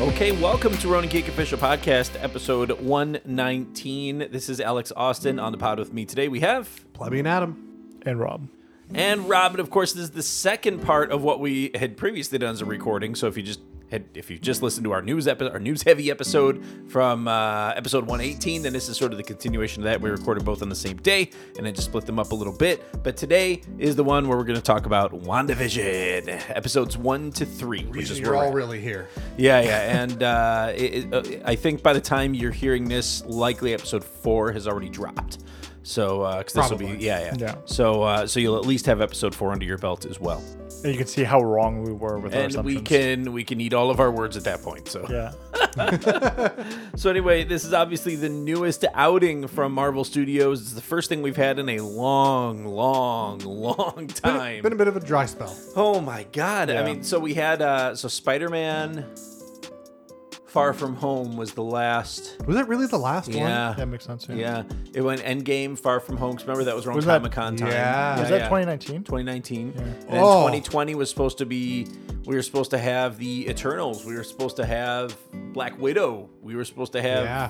Okay, welcome to Ronin Geek Official Podcast, episode 119. This is Alex Austin on the pod with me today. We have Plebeian Adam. and Rob. and Robin. Of course, this is the second part of what we had previously done as a recording. So if you just had, if you just listened to our news episode, our news heavy episode from uh, episode 118, then this is sort of the continuation of that. We recorded both on the same day, and then just split them up a little bit. But today is the one where we're going to talk about WandaVision episodes one to three, which is where You're we're all at. really here. Yeah, yeah, and uh, it, it, uh, I think by the time you're hearing this, likely episode four has already dropped. So, uh 'cause this will be Probably. yeah, yeah, Yeah. So, uh, so you'll at least have episode four under your belt as well, And you can see how wrong we were with our and assumptions. we can we can eat all of our words at that point. So, Yeah. so anyway, this is obviously the newest outing from Marvel Studios. It's the first thing we've had in a long, long, long time. Been a bit of a dry spell. Oh my god! I Yeah. mean, so we had uh, so Spider Man. Far From Home was the last. Was it really the last Yeah. That makes sense. Yeah. Yeah, it went Endgame, Far From Home. 'cause remember that was around Was that- Comic Con time. Yeah. Was Yeah, that 2019? 2019? And then Oh. 2020 was supposed to be. We were supposed to have the Eternals. We were supposed to have Black Widow. We were supposed to have Yeah.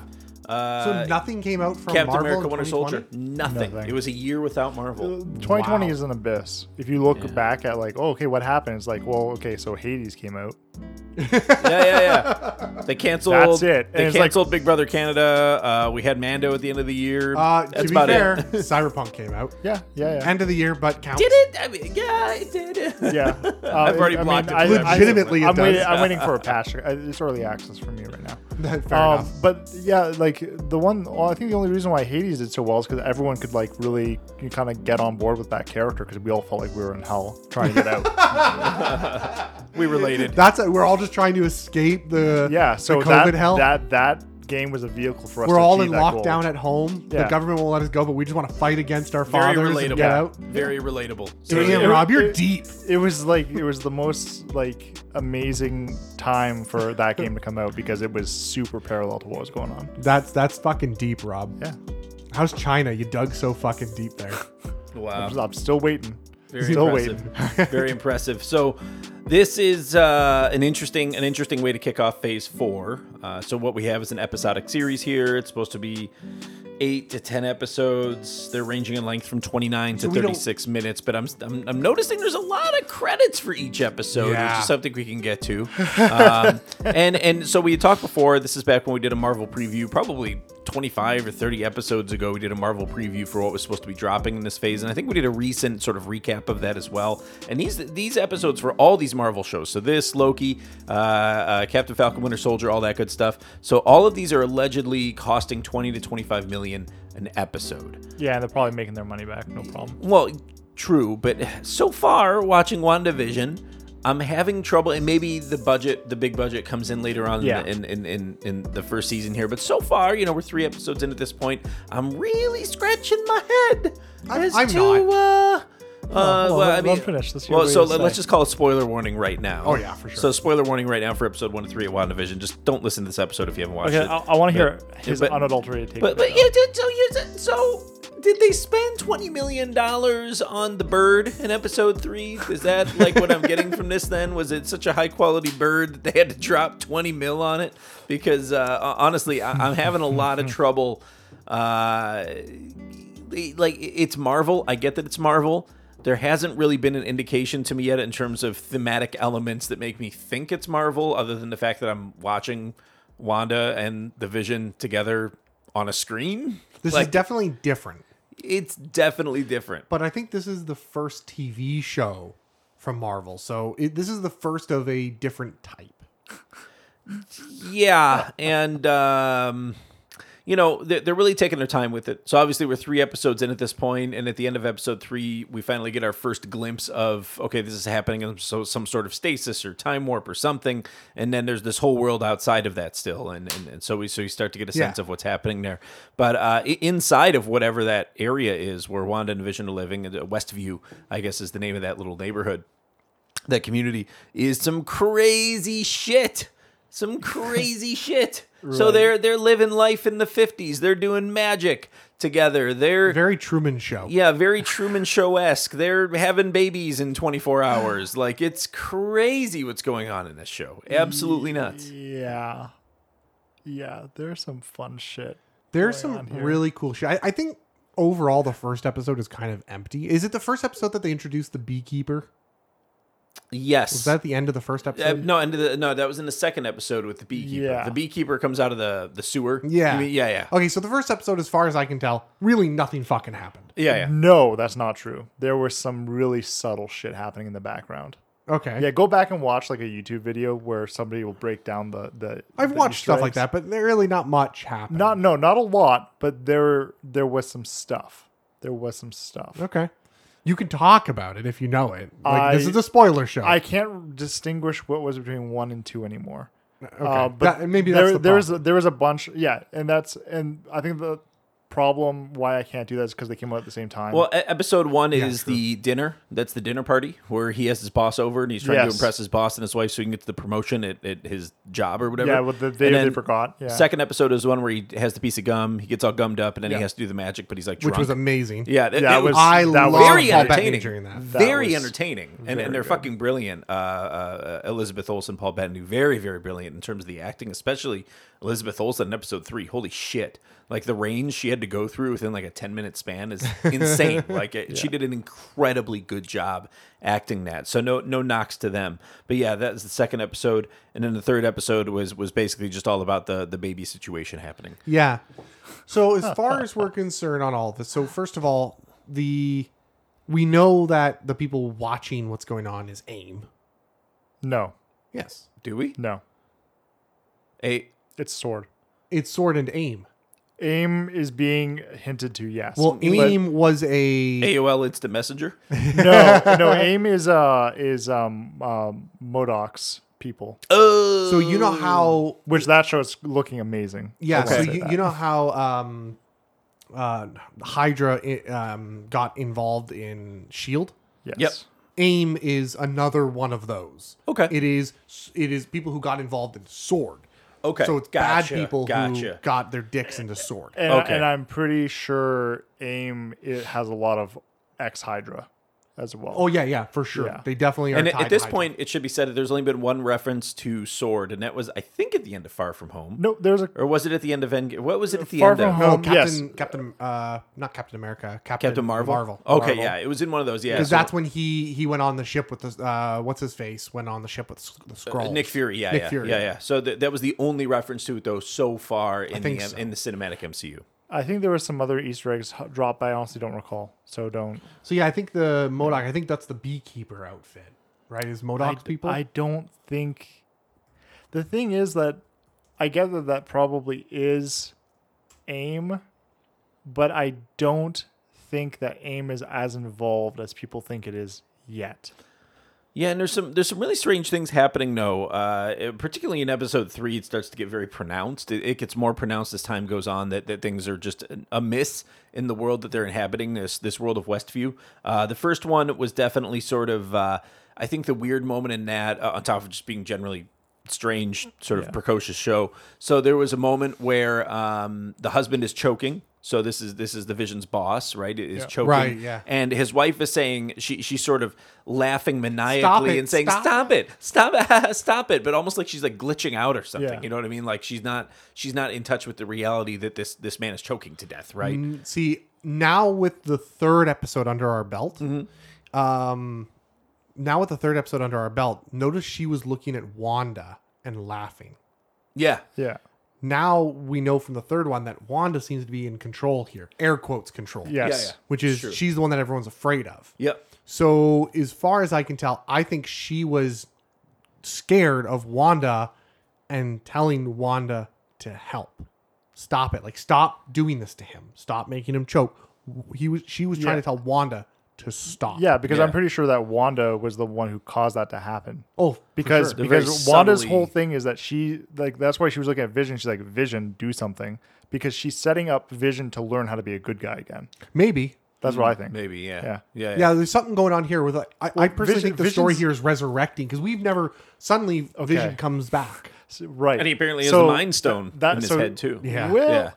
uh, So nothing came out from Captain Marvel America: in Winter 2020? Soldier. Nothing. Nothing. It was a year without Marvel. 2020 Wow. is an abyss. If you look back at like, oh, okay, what happened? It's like, well, okay, so Hades came out. yeah, yeah, yeah. They canceled. That's it. And They it's like- canceled Big Brother Canada. Uh, we had Mando at the end of the year. Uh, That's to be about fair, it. Cyberpunk came out. Yeah, yeah, yeah. End of the year, but count. Did it? I mean, yeah, it did. yeah, Uh, I've already blocked it. Legitimately, it I'm, waiting, does. I'm waiting for a patch. Uh, It's early access for me right now. Fair Um, enough. but yeah, like the one, well, I think the only reason why Hades did so well is because everyone could like really kind of get on board with that character because we all felt like we were in hell trying to get out. we related. That's it. We're all just trying to escape the yeah, the so COVID that, hell. that that game was a vehicle for us. we're to all in achieve that goal. lockdown at home. The Yeah. government won't let us go, but we just want to fight against our Very fathers relatable. and get out. Very relatable. Damn, it- Rob, you're it- deep. It was like it was the most like amazing time for that game to come out because it was super parallel to what was going on. That's that's fucking deep, Rob. Yeah, How's China? You dug so fucking deep there. Wow. I'm still waiting. Very still impressive. waiting. Very impressive. So this is uh, an interesting an interesting way to kick off phase four. Uh, so what we have is an episodic series here. It's supposed to be eight to ten episodes. They're ranging in length from 29 to we don't- 36 minutes. But I'm, I'm I'm noticing there's a lot of credits for each episode, which Yeah. is something we can get to. Um, and and so we talked before. This is back when we did a Marvel preview, probably 25 or 30 episodes ago. We did a Marvel preview for what was supposed to be dropping in this phase, and I think we did a recent sort of recap of that as well. And these these episodes for all these Marvel shows, so this Loki, uh, uh, Captain Falcon, Winter Soldier, all that good stuff. So all of these are allegedly costing 20 to 25 million an episode. Yeah, and they're probably making their money back, no problem. Well, true, but so far watching WandaVision, I'm having trouble, and maybe the budget, the big budget, comes in later on Yeah. in, in, in, in the first season here. But so far, you know, we're three episodes in at this point. I'm really scratching my head I'm- as I'm to. not. Uh, uh, well, well, Oh, let- I mean, let finish. Let's hear well, what so you let, say. let's just call it spoiler warning right now. Oh, yeah, for sure. So spoiler warning right now for episode one to three at WandaVision. Just don't listen to this episode if you haven't watched Okay, it. I, I want to hear But- his but- unadulterated take. but on but it, yeah, did- so you said- so did they spend twenty million dollars on the bird in episode three? Is that like what I'm getting from this? Then was it such a high quality bird that they had to drop twenty mil on it? Because uh, honestly, I- I'm having a lot of trouble. Uh, like it's Marvel. I get that it's Marvel. There hasn't really been an indication to me yet in terms of thematic elements that make me think it's Marvel, other than the fact that I'm watching Wanda and the Vision together on a screen. This Like, is definitely different. it's definitely different. but I think this is the first TV show from Marvel. So it, this is the first of a different type. Yeah, and um, you know they're, they're really taking their time with it. So obviously we're three episodes in at this point, and at the end of episode three, we finally get our first glimpse of okay, this is happening in so, some sort of stasis or time warp or something. And then there's this whole world outside of that still, and and, and so we so you start to get a Yeah. sense of what's happening there. But uh, i- inside of whatever that area is where Wanda and Vision are living, uh, Westview, I guess, is the name of that little neighborhood that community is some crazy shit some crazy shit. So they're they're living life in the 50s. They're doing magic together. They're Very Truman Show. yeah, very Truman Show esque. They're having babies in 24 hours. Like it's crazy what's going on in this show. Absolutely nuts. Yeah. Yeah, there's some fun shit. There's going some on here. really cool shit. I, I think overall the first episode is kind of empty. Is it the first episode that they introduced the beekeeper? Yes. Was that the end of the first episode? Uh, no, and the, no, that was in the second episode with the beekeeper. Yeah. The beekeeper comes out of the the sewer. Yeah. Oh, You mean- yeah, yeah, Okay, so the first episode, as far as I can tell, really nothing fucking happened. yeah, yeah. No, that's not true. There was some really subtle shit happening in the background. Okay. Yeah, go back and watch like a YouTube video where somebody will break down the the. I've the watched Easter stuff like eggs. that, but there really not much happened. Not no, not a lot, but there there was some stuff. There was some stuff. okay. You can talk about it if you know it. Like this I- is a spoiler show. I can't distinguish what was between one and two anymore. okay. Uh, but That- maybe there, that's the there was problem. a, there was a bunch. Yeah, and that's and I think the problem why I can't do that is because they came out at the same time. Well, e- episode one is true. the dinner. That's the dinner party where he has his boss over and he's trying to Yes. impress his boss and his wife so he can get to the promotion at, at his job or whatever. yeah, well, the, they, And they then forgot. Yeah. Second episode is the one where he has the piece of gum. He gets all gummed up and then Yeah. he has to do the magic, but he's like drunk. which was amazing. yeah, it, Yeah, it it was- was I that love was very Paul Bettany entertaining. during that. That very was entertaining, and, very and they're good. fucking brilliant. Uh, uh, uh, Elizabeth Olsen, Paul Bettany, very very brilliant in terms of the acting, especially Elizabeth Olsen in episode three. Holy shit! Like the range she had to go through within like a ten minute span is insane. like it, she did an incredibly good job acting that. So no no knocks to them, but yeah, that's the second episode, and then the third episode was was basically just all about the the baby situation happening. Yeah. So as far as we're concerned on all this, so first of all, the we know that the people watching what's going on is AIM. no, Yes. Do we? no, A it's sword. It's sword and aim. Aim is being hinted to. Yes. Well, But- aim was a AOL Instant Messenger. no, no. Aim is uh is um um Modoc's people, Oh, so you know how which that show is looking amazing. yeah. I will So say you, that. you know how um, uh, Hydra i- um, got involved in Shield. Yes. Yep. AIM is another one of those. Okay. It is it is people who got involved in Sword. Okay. So it's Gotcha. bad people Gotcha. who got their dicks into Sword. And, Okay. and I'm pretty sure Aim it has a lot of ex Hydra as well. Oh yeah, yeah, for sure. Yeah. They definitely are. And at- tied at this to Hydra. point, it should be said that there's only been one reference to sword, and that was, I think, at the end of Far From Home, no, there's a or was it at the end of Endgame? What was it at the Far end From of Home. no, um, Oh, Captain, yes. Captain, uh, not Captain America, Captain, Captain Marvel? Marvel. Okay, Marvel. yeah, it was in one of those. Yeah, because so- that's when he he went on the ship with the uh, what's his face went on the ship with s- the scroll. Uh, Nick Fury. Yeah, Nick yeah, Fury. yeah, yeah. So th- that was the only reference to it though so far in the think so. in the cinematic MCU. I think there were some other Easter eggs h- dropped, but I honestly don't recall. So don't. So yeah, I think the Modoc. I think that's the beekeeper outfit, right? Is Modoc's people? I don't think. The thing is that I get that that probably is AIM, but I don't think that AIM is as involved as people think it is yet. Yeah, and there's some there's some really strange things happening though. Uh, it- particularly in episode three, it starts to get very pronounced. It, it gets more pronounced as time goes on that, that things are just amiss in the world that they're inhabiting. This this world of Westview. Uh, the first one was definitely sort of uh, I think the weird moment in that, uh, on top of just being generally strange, sort of precocious show. So there was a moment where um, the husband is choking. So this is this is the Vision's boss, right? Is choking, Right, yeah. And his wife is saying she she's sort of laughing maniacally Stop maniacally it, and saying stop stop, it stop it stop it but almost like she's like glitching out or something Yeah. you know what i mean like she's not she's not in touch with the reality that this this man is choking to death right Mm, See now with the third episode under our belt, Mm-hmm. um, now with the third episode under our belt, notice she was looking at Wanda and laughing. yeah Yeah. Now we know from the third one that Wanda seems to be in control here, air quotes control. Yes. yeah. which is True. she's the one that everyone's afraid of. yep So, as far as I can tell, I think she was scared of Wanda and telling Wanda to help. Stop it. Like stop doing this to him. Stop making him choke. He was she was trying Yeah. to tell Wanda to stop. Yeah, because I'm Yeah. pretty sure that Wanda was the one who caused that to happen. Oh, for Because sure. They're very because Wanda's subtly- whole thing is that she like that's why she was looking at Vision. She's like, Vision, do something. Because she's setting up Vision to learn how to be a good guy again. maybe That's what I think. Hmm, Maybe, yeah. Yeah. Yeah. Yeah, there's something going on here with like, I, I personally Vision- think the story Vision's- here is resurrecting because we've never suddenly Vision comes back. S- Right. And he apparently has So, the Mind Stone that- in his so- head, too. Yeah. Well, Yeah.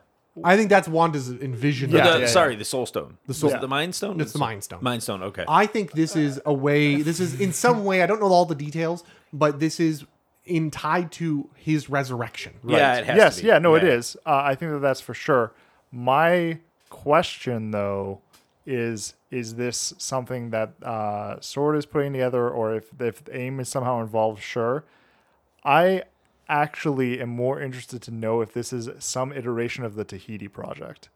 I think that's Wanda's envision. The- Yeah, the- yeah, sorry, the Soul Stone. The Soul- the Mind Stone? It's the Mind Stone. Mind Stone, okay. I think this is a way. This is in some way. I don't know all the details, but this is in tied to his resurrection. Yeah, it has yes, to be. yeah, no, it is. Uh, I think that that's for sure. My question, though, is is this something that uh, Sword is putting together, or if if AIM is somehow involved? Sure. I actually am more interested to know if this is some iteration of the Tahiti project.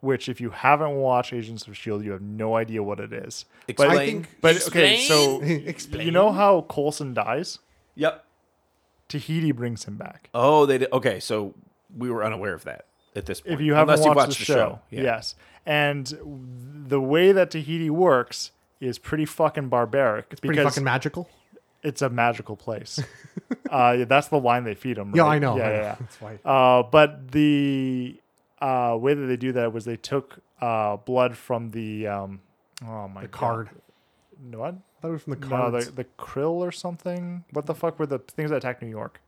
Which, if you haven't watched Agents of Shield, E you have no idea what it is. But, Explain. think- but okay, so Explain. Explain. you know how Coulson dies? Yep. Tahiti brings him back. Oh, they did. Okay, so we were unaware of that at this point. if you haven't Unless watched, you watched the, show. Yeah. Yes. And the way that Tahiti works is pretty fucking barbaric it's pretty fucking magical. it's a magical place. uh, yeah, that's the line they feed them. Yeah, I know. Yeah, I know. yeah, yeah. That's why. Uh, but the uh, way that they do that was they took uh, blood from the um, oh my The card. God. No, what? I thought it was from the No, card. the, the krill or something. What the fuck were the things that attacked New York?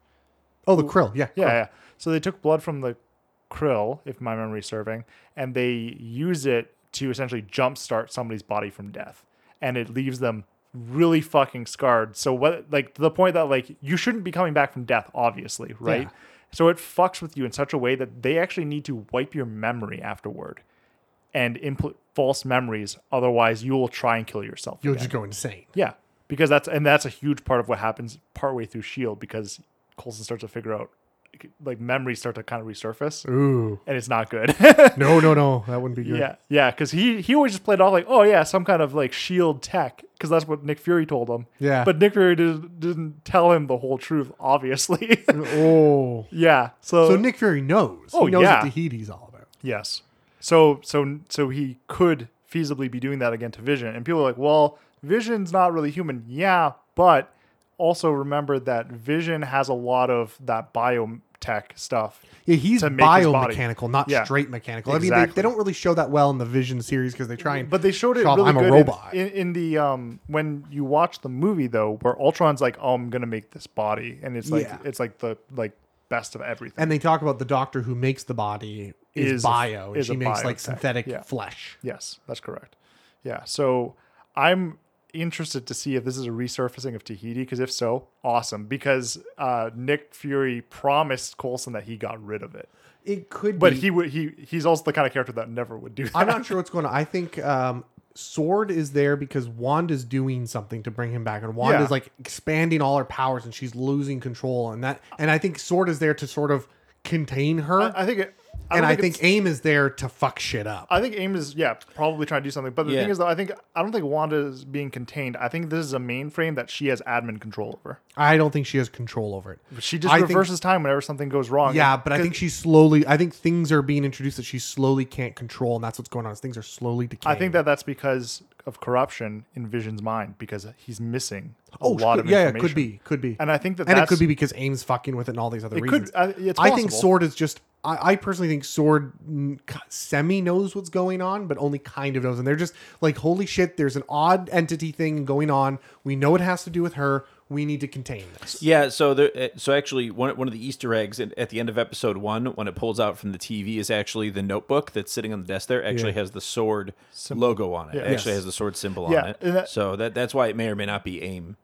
oh, the krill. Yeah. Yeah, krill. yeah. So they took blood from the krill, if my memory is serving, and they use it to essentially jumpstart somebody's body from death, and it leaves them really fucking scarred. So what, like to the point that like you shouldn't be coming back from death, obviously, right? Yeah. So it fucks with you in such a way that they actually need to wipe your memory afterward, and input false memories. Otherwise, you will try and kill yourself. You'll again. just go insane. Yeah, because that's and that's a huge part of what happens partway through Shield E because Coulson starts to figure out like memories start to kind of resurface, Ooh. and it's not good. No, no, no. That wouldn't be good. yeah, yeah, because he he always just played off like, oh yeah, some kind of like Shield E tech, because that's what Nick Fury told him. Yeah. but Nick Fury did, didn't tell him the whole truth, obviously. Oh. yeah, so, So Nick Fury knows. Oh, he knows yeah. what Tahiti's all about. yes, so so so he could feasibly be doing that again to Vision, and people are like, well, Vision's not really human. Yeah, but also remember that Vision has a lot of that biotech stuff. Yeah, he's To make his body. biomechanical, not Yeah. straight mechanical. I mean, they, Exactly. they don't really show that well in the Vision series because they try and. But they showed it Shop, really I'm a good in- robot. In, in, the um when you watch the movie though, where Ultron's like, "Oh, I'm gonna make this body," and it's like Yeah. it's like the like best of everything. and they talk about the doctor who makes the body is, Is a- bio, and is she a makes like biotech, synthetic yeah. flesh. Yes, that's correct. Yeah, so I'm interested to see if this is a resurfacing of Tahiti because if so, awesome. Because uh, Nick Fury promised Coulson that he got rid of it, It could, but be. he would he he's also the kind of character that never would do that. I'm not sure what's going on. I think um, Sword is there because Wanda's doing something to bring him back, and Wanda's Yeah. like expanding all her powers, and she's losing control, and that. And I think Sword is there to sort of contain her, I think it. I and don't I think it's- Aim is there to fuck shit up. I think AIM is yeah probably trying to do something, but the Yeah. thing is though I think I don't think Wanda is being contained. I think this is a mainframe that she has admin control over. I don't think she has control over it. She just I think- reverses time whenever something goes wrong. Yeah, but I think she slowly. I think things are being introduced that she slowly can't control, and that's what's going on. Is things are slowly I decaying. think that that's because of corruption in Vision's mind because he's missing a oh, lot sure. of yeah, yeah, it information. could be, could be, and I think that and it that's, could be because Aim's fucking with it and all these other It could- reasons. I- it's I think possible. Sword is just. I, I personally think Sword mm, k- semi knows what's going on, but only kind of knows, and they're just like, "Holy shit! There's an odd entity thing going on. We know it has to do with her. We need to contain this." Yeah, so the uh, so actually one one of the Easter eggs in, at the end of episode one, when it pulls out from the TV, is actually the notebook that's sitting on the desk there. Actually has the sword logo on it. It Actually Yes. has the sword symbol Yeah, on it. and that- so that that's why it may or may not be aim.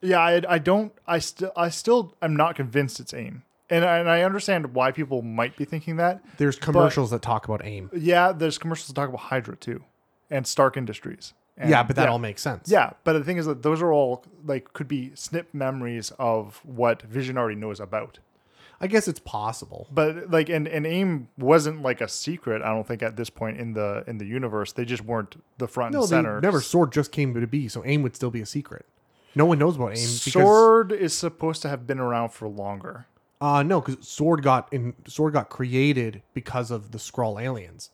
Yeah, I, I don't. I still. I still. I'm not convinced it's AIM, and I, and I understand why people might be thinking that. There's commercials that talk about Aim. Yeah, there's commercials that talk about Hydra too, and Stark Industries. And yeah, but that all makes sense. Yeah, but the thing is that those are all like could be snip memories of what Vision already knows about. I guess it's possible. But like, and and AIM wasn't like a secret. I don't think at this point in the in the universe, they just weren't the front No, and they center. never. Sword just came to be, so aim would still be a secret. No one knows about aim. Because, Sword is supposed to have been around for longer. Uh, no, because sword got in. Sword got created because of the Skrull aliens,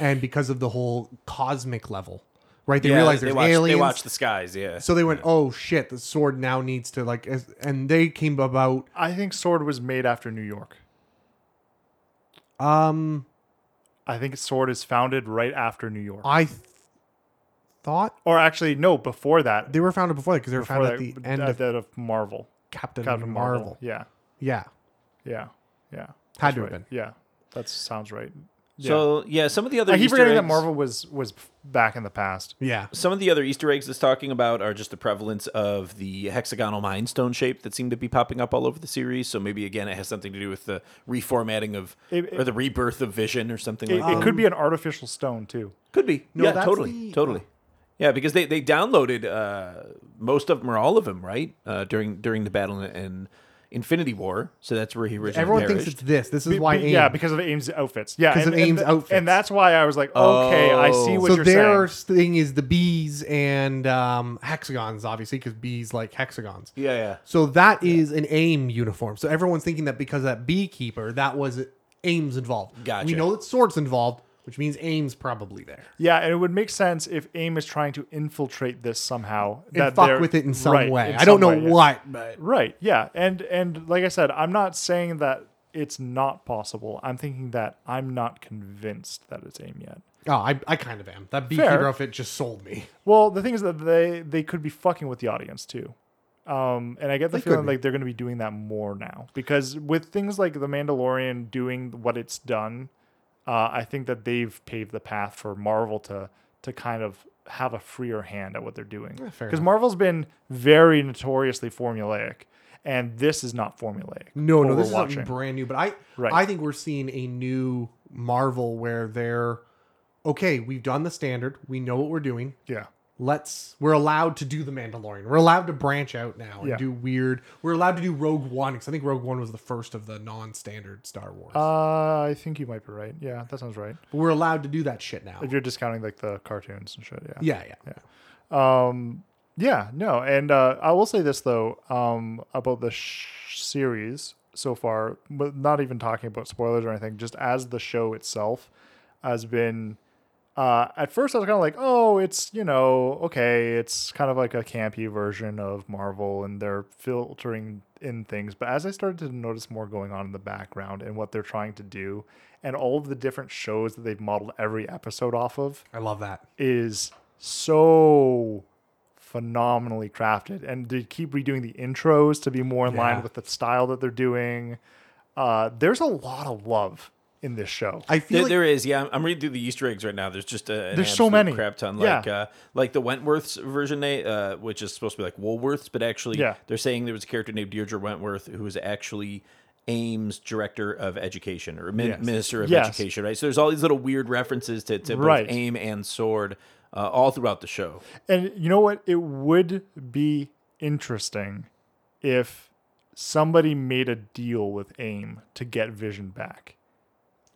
and because of the whole cosmic level. Right? They Yeah, realized they there's watch, aliens. They watch the skies. Yeah. so they went, "Oh shit! The sword now needs to like," as- and they came about. I think Sword was made after New York. Um, I think Sword is founded right after New York. I th- thought Or actually, no, before that. they were founded before that because they were Before founded that, at the end at of that of Marvel. Captain, Captain Marvel. Marvel. Yeah. Yeah, Yeah. Yeah. had to right. have been. Yeah. That sounds right. So yeah, some of the other I keep Easter forgetting eggs, that Marvel was was back in the past. Yeah, Some of the other Easter eggs it's talking about are just the prevalence of the hexagonal mind stone shape that seem to be popping up all over the series. So maybe again, it has something to do with the reformatting of It- or the rebirth of Vision or something. It, like that. Um, it could be an artificial stone too. Could be. No, yeah, that's totally. the- Totally. Yeah, because they, they downloaded uh, most of them or all of them, right? Uh, during during the battle in, in Infinity War. So that's where he originally everyone perished. thinks it's this. This is why. Be- AIM. Yeah, because of Ames' outfits. Yeah, 'Cause and- of and Ames' th- outfits. And that's why I was like, okay, I see Oh. what so you're their saying. thing is the bees and um, hexagons, obviously, because bees like hexagons. yeah, yeah. So that is an AIM uniform. So everyone's thinking that because of that beekeeper, that was AIM's involved. Gotcha. We know that swords involved, which means AIM's probably there. Yeah, and it would make sense if Aim is trying to infiltrate this somehow. And that they're- fuck with it in some right, way. in I don't some know way, yeah. what, but Right. Yeah. And and like I said, I'm not saying that it's not possible. I'm thinking that I'm not convinced that it's aim yet. oh, I, I kind of am. That beekeeper Fair. outfit just sold me. Well, the thing is that they they could be fucking with the audience too. Um, and I get the They could feeling be. like they're going to be doing that more now because with things like The Mandalorian doing what it's done, uh, I think that they've paved the path for Marvel to to kind of have a freer hand at what they're doing. fair Because enough. Marvel's been very notoriously formulaic, and this is not formulaic. No, what no, we're this is watching. something brand new. But I, Right. I think we're seeing a new Marvel where they're okay. We've done the standard. We know what we're doing. Yeah. let's we're allowed to do the Mandalorian. We're allowed to branch out now and Yeah. do weird. We're allowed to do Rogue One because I think Rogue One was the first of the non-standard Star Wars. Uh, I think you might be right. Yeah, that sounds right. but we're allowed to do that shit now. If you're discounting like the cartoons and shit, yeah. Yeah, yeah. Yeah, no. And uh, I will say this though um, about the sh- series so far, but not even talking about spoilers or anything, just as the show itself has been uh, at first I was kind of like, oh, it's, you know, okay, it's kind of like a campy version of Marvel and they're filtering in things. But as I started to notice more going on in the background and what they're trying to do and all of the different shows that they've modeled every episode off of, I love that. is so phenomenally crafted and they keep redoing the intros to be more in Yeah. line with the style that they're doing uh, there's a lot of love in this show I feel There, like, there is, yeah. I'm- I'm reading through the Easter eggs right now. There's just a, an There's so absolute many. crap ton. Yeah. Like uh, like the Wentworth's version, uh, which is supposed to be like Woolworths, but actually Yeah. they're saying there was a character named Deirdre Wentworth who was actually Ames Director of Education or min- Yes. Minister of Yes. Education, right? So there's all these little weird references to, to both Right. AIM and Sword uh, all throughout the show. and you know what it would be interesting if somebody made a deal with aim to get vision back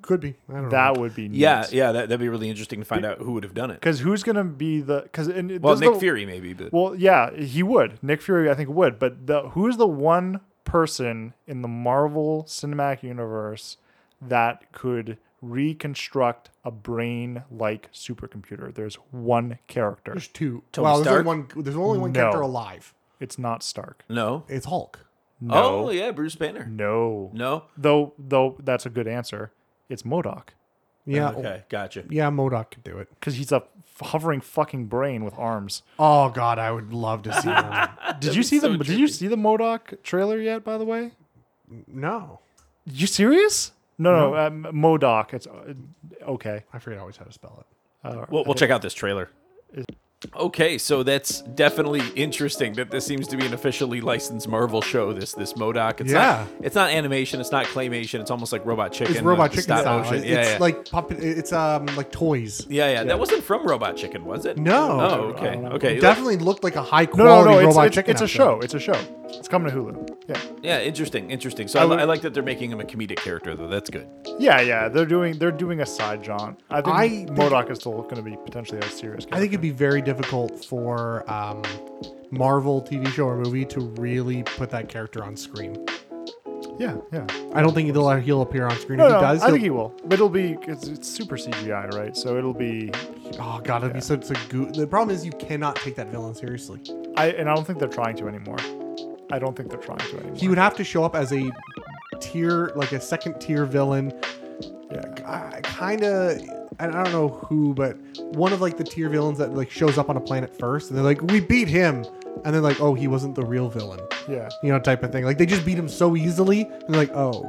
could be. I don't know. that would be Mm. Yeah, yeah, that, that'd be really interesting to find out who would have done it. because who's gonna be the because Well, Nick Fury maybe, but Well, yeah, he would. Nick Fury, I think, would. But the who's the one person in the Marvel Cinematic Universe that could reconstruct a brain-like supercomputer? There's one character. There's two. Tony well, Stark? there's only one. There's only one No. character alive. It's not Stark. no. It's Hulk. No. Oh yeah, Bruce Banner. No. No. Though, though that's a good answer. It's Modoc Yeah. Oh, oh, Okay, gotcha. Yeah, Modoc could do it. because he's a f- hovering fucking brain with arms. Oh God, I would love to see them. Did you be see so the Did you trippy. see the Modoc trailer yet? By the way, no, you serious? No, no, um, Modoc. It's uh, okay. I forget always how to spell it. We'll, we'll check out this trailer. Okay, so that's definitely interesting that this seems to be an officially licensed Marvel show. This this Modoc, it's Yeah. not it's not animation, it's not claymation, it's almost like Robot Chicken. It's with Robot the Chicken stop style. motion. It's Yeah, yeah. like puppet. It's um like toys. yeah, yeah, that wasn't from Robot Chicken, was it? No. Oh, okay, okay. It definitely looked like a high No, no, quality no. It's, robot it's, chicken. it's a episode. show. It's a show. It's coming to Hulu. Yeah. Yeah, interesting, interesting. So I, li- would- I like that they're making him a comedic character, though. That's good. Yeah, yeah. They're doing they're doing a side jaunt. I think I think- Modoc is still going to be potentially a serious. I think it'd be very difficult for um, Marvel TV show or movie to really put that character on screen. character. yeah, yeah. I don't think he'll uh, he'll appear on screen. No, if he no, does, I think he'll- he will. But it'll be it's, it's super CGI, right? So it'll be. oh god, it'd be such a goo. The problem is you cannot take that villain seriously. I and I don't think they're trying to anymore. I don't think they're trying to anymore. He would have to show up as a tier, like a second tier villain, yeah. I kind of, I don't know who, but one of like the tier villains that like shows up on a planet first, and they're like, "We beat him," and they're like, "Oh, he wasn't the real villain," Yeah. you know, type of thing. Like they just beat him so easily, and they're like, "Oh,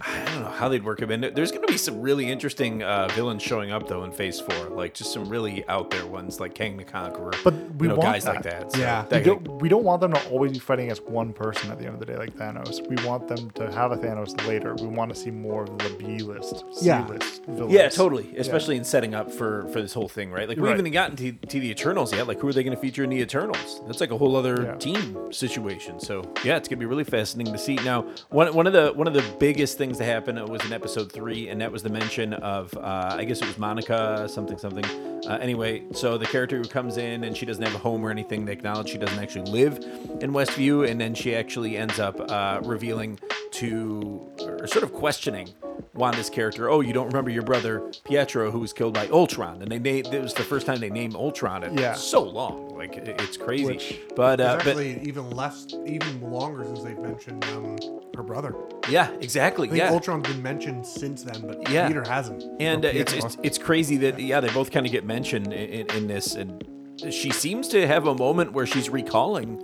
I don't know how they'd work him in. There's going to be some really interesting uh, villains showing up though in Phase Four, like just some really out there ones, like Kang the Conqueror. But we you know, want guys like that. So Yeah. that- We don't, we don't want them to always be fighting as one person at the end of the day, like Thanos. We want them to have a Thanos later. We want to see more of the B list, C Yeah. list villains. yeah, totally. Especially in setting up for for this whole thing, right? Like we Right. haven't even gotten to, to the Eternals yet. Like who are they going to feature in the Eternals? That's like a whole other Yeah. team situation. So yeah, it's going to be really fascinating to see. Now, one one of the one of the biggest things that happened uh, was in episode three, and that was the mention of uh, I guess it was Monica something something. Uh, anyway, so the character who comes in and she doesn't have a home or anything. They acknowledge she doesn't actually live in Westview, and then she actually ends up uh, revealing to or sort of questioning Wanda's character, oh, you don't remember your brother Pietro, who was killed by Ultron, and they named it was the first time they named Ultron in Yeah. so long, like it- it's crazy. Which but uh, it's but actually even less, even longer since they've mentioned um, her brother. yeah, exactly, I think yeah. Ultron's been mentioned since then, but Yeah. Peter hasn't. and Or uh, it's, Pietro. it's it's crazy that yeah they both kind of get mentioned in, in, in this, and she seems to have a moment where she's recalling.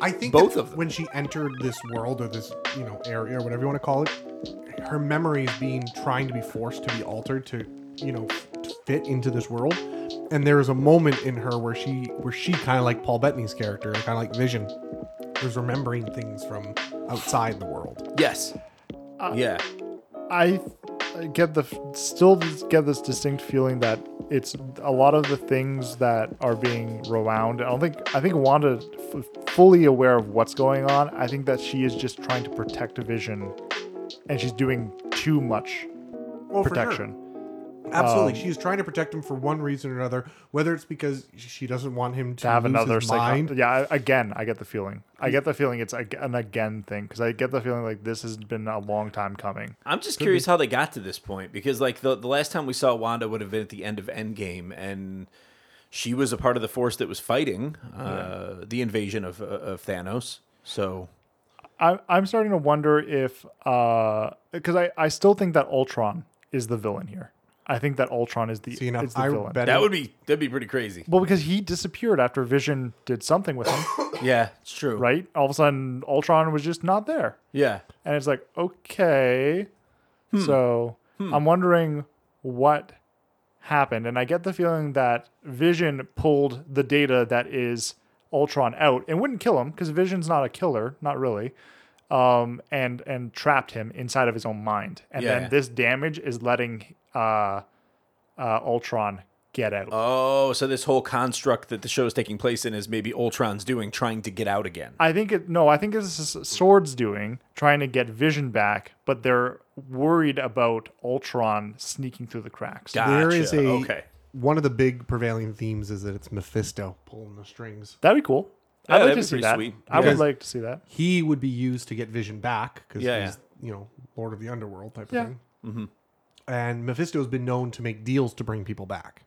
I think Both that of them. When she entered this world or this, you know, area or whatever you want to call it, her memory is being trying to be forced to be altered to, you know, to fit into this world. And there is a moment in her where she, where she kind of like Paul Bettany's character, kind of like Vision, is remembering things from outside the world. Yes, yeah, I I get the still get this distinct feeling that it's a lot of the things that are being rewound. I don't think I think Wanda f- fully aware of what's going on. I think that she is just trying to protect Vision, and she's doing too much Well, for sure. protection. Um, Absolutely, she's trying to protect him for one reason or another. Whether it's because she doesn't want him to, To have lose another his psycho- mind, Yeah, I- again, I get the feeling. I get the feeling it's ag- an again thing because I get the feeling like this has been a long time coming. I'm just curious how they got to this point because like the the last time we saw Wanda would have been at the end of Endgame and she was a part of the force that was fighting uh, the invasion of of Thanos. So I, I'm starting to wonder if because I, I still think that Ultron is the villain here. I think that Ultron is the, See, now is the I villain. bet that would be that'd be pretty crazy. Well, because he disappeared after Vision did something with him, Yeah, it's true. right? All of a sudden, Ultron was just not there, Yeah. and it's like okay. Hmm. So I'm wondering what happened, and I get the feeling that Vision pulled the data that is Ultron out and wouldn't kill him because Vision's not a killer, not really. um, and and trapped him inside of his own mind. And Yeah. then this damage is letting uh, uh, Ultron get out. Oh, so this whole construct that the show is taking place in is maybe Ultron's doing trying to get out again. I think it. No, I think this is Sword's doing, trying to get Vision back, but they're worried about Ultron sneaking through the cracks. There is Gotcha. a okay. One of the big prevailing themes is that it's Mephisto pulling the strings. That'd be cool. Yeah, I'd like that'd to be see pretty that. sweet. I Yeah. would like to see that. He would be used to get Vision back because Yeah, Mm-hmm. he's you know Lord of the Underworld type Yeah. of thing. And Mephisto's been known to make deals to bring people back.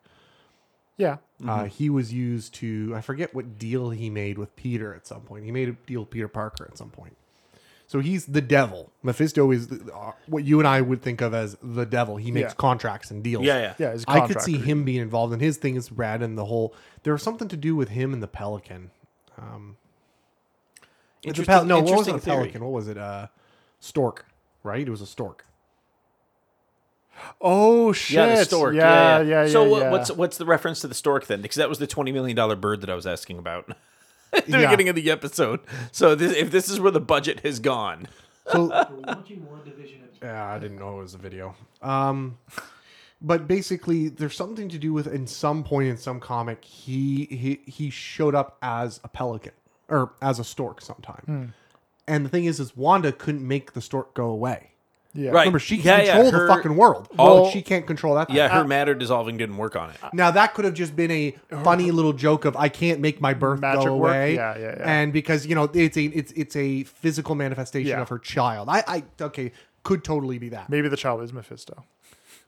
Yeah. Mm-hmm. Uh, he was used to I forget what deal he made with Peter at some point. He made a deal with Peter Parker at some point. So he's the devil. Mephisto is the, uh, what you and I would think of as the devil. He makes Yeah. contracts and deals. Yeah, yeah. Yeah. His I could see contractor. him being involved, and his thing is rad. And the whole there was something to do with him and the Pelican. The Interesting, pel- no, what was interesting it? A theory. pelican? What was it? Uh, stork, right? It was a stork. Oh shit. Yeah, the stork. Yeah. Yeah. Yeah. so what- yeah. what's what's the reference to the stork then? Because that was the twenty million dollar bird that I was asking about at the Yeah. beginning of the episode. So this, if this is where the budget has gone, So We're watching WandaVision at yeah, I didn't know it was a video. Um, but basically, there's something to do with in some point in some comic, he he he showed up as a pelican or as a stork sometime. Hmm. And the thing is, is Wanda couldn't make the stork go away. yeah. right? Remember, she can Yeah, yeah, control her- the fucking world. Uh, Well- she can't control that. Yeah, her matter dissolving didn't work on it. Now that could have just been a funny little joke of I can't make my birth Magic go work? away. Yeah, yeah, yeah. And because you know it's a it's it's a physical manifestation Yeah. of her child. I I okay could totally be that. Maybe the child is Mephisto.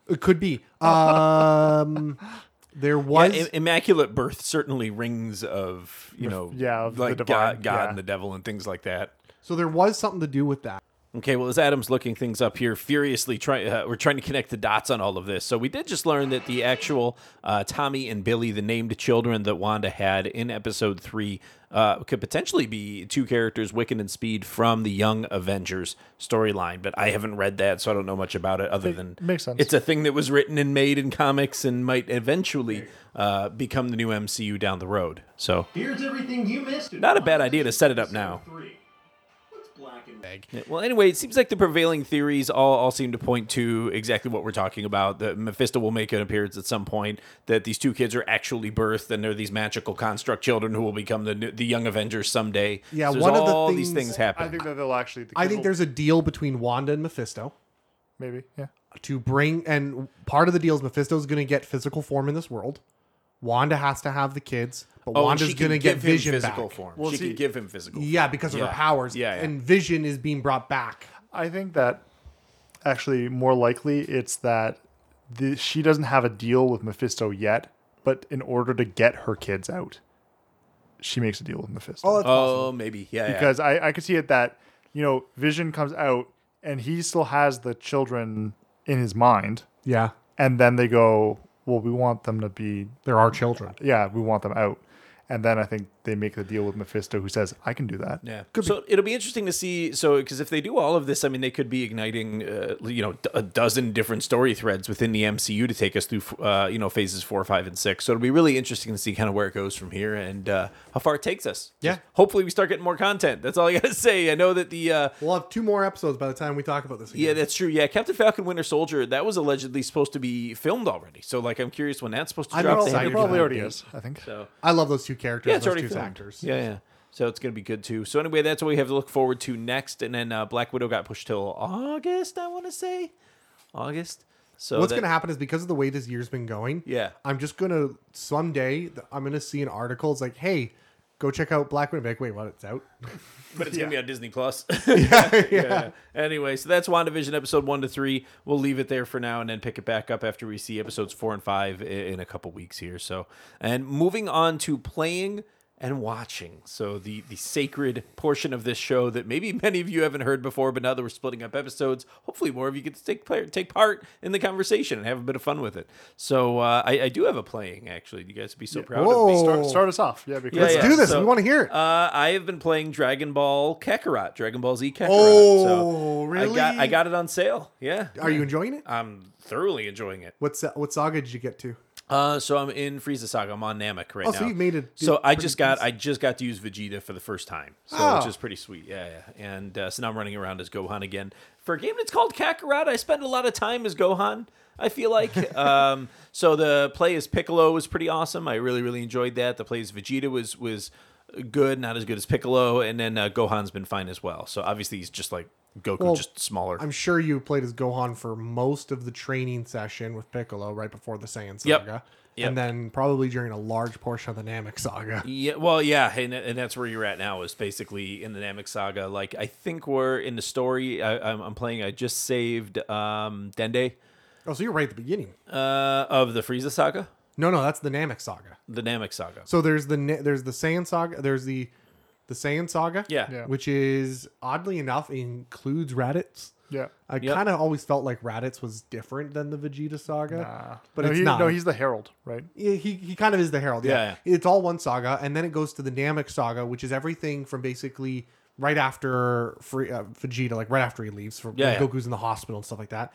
It could be. Um, there was I- immaculate birth certainly rings of you know, yeah, of the like divine, God, God yeah. and the devil and things like that. so there was something to do with that. Okay, well, as Adam's looking things up here furiously, try, uh, we're trying to connect the dots on all of this. So, we did just learn that the actual uh, Tommy and Billy, the named children that Wanda had in episode three, uh, could potentially be two characters, Wiccan and Speed, from the Young Avengers storyline. But I haven't read that, so I don't know much about it other than makes sense. it's a thing that was written and made in comics and might eventually uh, become the new MCU down the road. So, Here's everything you missed. Not a bad idea to set it up now. Three. What's black and egg? Yeah, Well, anyway, it seems like the prevailing theories all, all seem to point to exactly what we're talking about. That Mephisto will make an appearance at some point. That these two kids are actually birthed, and they're these magical construct children who will become the new- the young Avengers someday. Yeah, So there's one of the all these things- things I happen. think that they'll actually. I think there's a deal between Wanda and Mephisto maybe yeah. to bring, and part of the deal is Mephisto's going to get physical form in this world. Wanda has to have the kids, but Oh, and Wanda's she going to can get give him Vision physical back. form. Well, she see- can give him physical. Yeah, because of Yeah. her powers. Yeah, yeah. and Vision is being brought back. I think that actually more likely it's that the, she doesn't have a deal with Mephisto yet, but in order to get her kids out, she makes a deal with Mephisto. Oh, that's Oh, maybe. Yeah. yeah. because I, I could see it that, you know, Vision comes out and he still has the children in his mind. yeah, And then they go, well, we want them to be, there are children. yeah, we want them out. And then I think they make the deal with Mephisto who says, I can do that. Yeah. so it'll be interesting to see. So because if they do all of this, I mean, they could be igniting, uh, you know, d- a dozen different story threads within the MCU to take us through, uh, you know, phases four, five, and six. So it'll be really interesting to see kind of where it goes from here and uh, how far it takes us. Yeah. Just hopefully, we start getting more content. That's all I gotta say. I know that the uh, We'll have two more episodes by the time we talk about this. Again. yeah, that's true. Yeah, Captain Falcon Winter Soldier that was allegedly supposed to be filmed already. So like, I'm curious when that's supposed to I drop. know, the I It year You're probably gonna already be- is, I think. So. I love those two characters. Yeah, it's those already two filmed. actors. Yeah, yeah. So it's gonna be good too. So anyway, that's what we have to look forward to next. And then uh, Black Widow got pushed till August, I want to say, August. So What's that- going to happen is because of the way this year's been going. Yeah. I'm just gonna someday. th- I'm gonna see an article. It's like, hey, go check out Black Widow. Be Like, wait, what? It's out. But it's gonna be on Disney Plus. yeah, yeah. Anyway, so that's WandaVision episode one to three. We'll leave it there for now, and then pick it back up after we see episodes four and five i- in a couple weeks here. So, and moving on to playing and watching. So the the sacred portion of this show that maybe many of you haven't heard before, but now that we're splitting up episodes, hopefully more of you get to take player, take part in the conversation and have a bit of fun with it. So uh, I, I do have a playing actually. You guys would be so proud of me. Whoa. Start, Oh. start us off. Yeah, because Let's yeah. do this. So- we want to hear it. Uh, I have been playing Dragon Ball Kakarot, Dragon Ball Z Kakarot. Oh, so I really? got I got it on sale. Yeah, Are you enjoying it? I'm thoroughly enjoying it. What's what saga did you get to? Uh, so I'm in Frieza Saga. I'm on Namek right Oh, now. so you've made it- So I pretty just got I just got to use Vegeta for the first time, so which Oh. is pretty sweet. Yeah, yeah. And uh, so now I'm running around as Gohan again for a game that's called Kakarot. I spend a lot of time as Gohan. I feel like um, so the play as Piccolo was pretty awesome. I really really enjoyed that. The play as Vegeta was was good, not as good as Piccolo, and then uh, Gohan's been fine as well. So obviously he's just like Goku, Well, just smaller. I'm sure you played as Gohan for most of the training session with Piccolo right before the Saiyan Yep. saga, Yep. and then probably during a large portion of the Namek saga. Yeah, well, yeah, and, and that's where you're at now is basically in the Namek saga. Like, I think we're in the story. I, I'm, I'm playing. I just saved um, Dende Oh, so you're right at the beginning. uh, of the Frieza saga, No, no, that's the Namek saga. the Namek saga. So there's the Na- there's the Saiyan saga. There's the the Saiyan saga. Yeah. Yeah. which is oddly enough includes Raditz. yeah. I Yep. kind of always felt like Raditz was different than the Vegeta saga, but no, it's he- not. No, he's the Herald, right? Yeah, he, he kind of is the herald. Yeah. Yeah, it's all one saga, and then it goes to the Namek saga, which is everything from basically right after Free, uh, Vegeta, like right after he leaves, from Yeah, when yeah. Goku's in the hospital and stuff like that,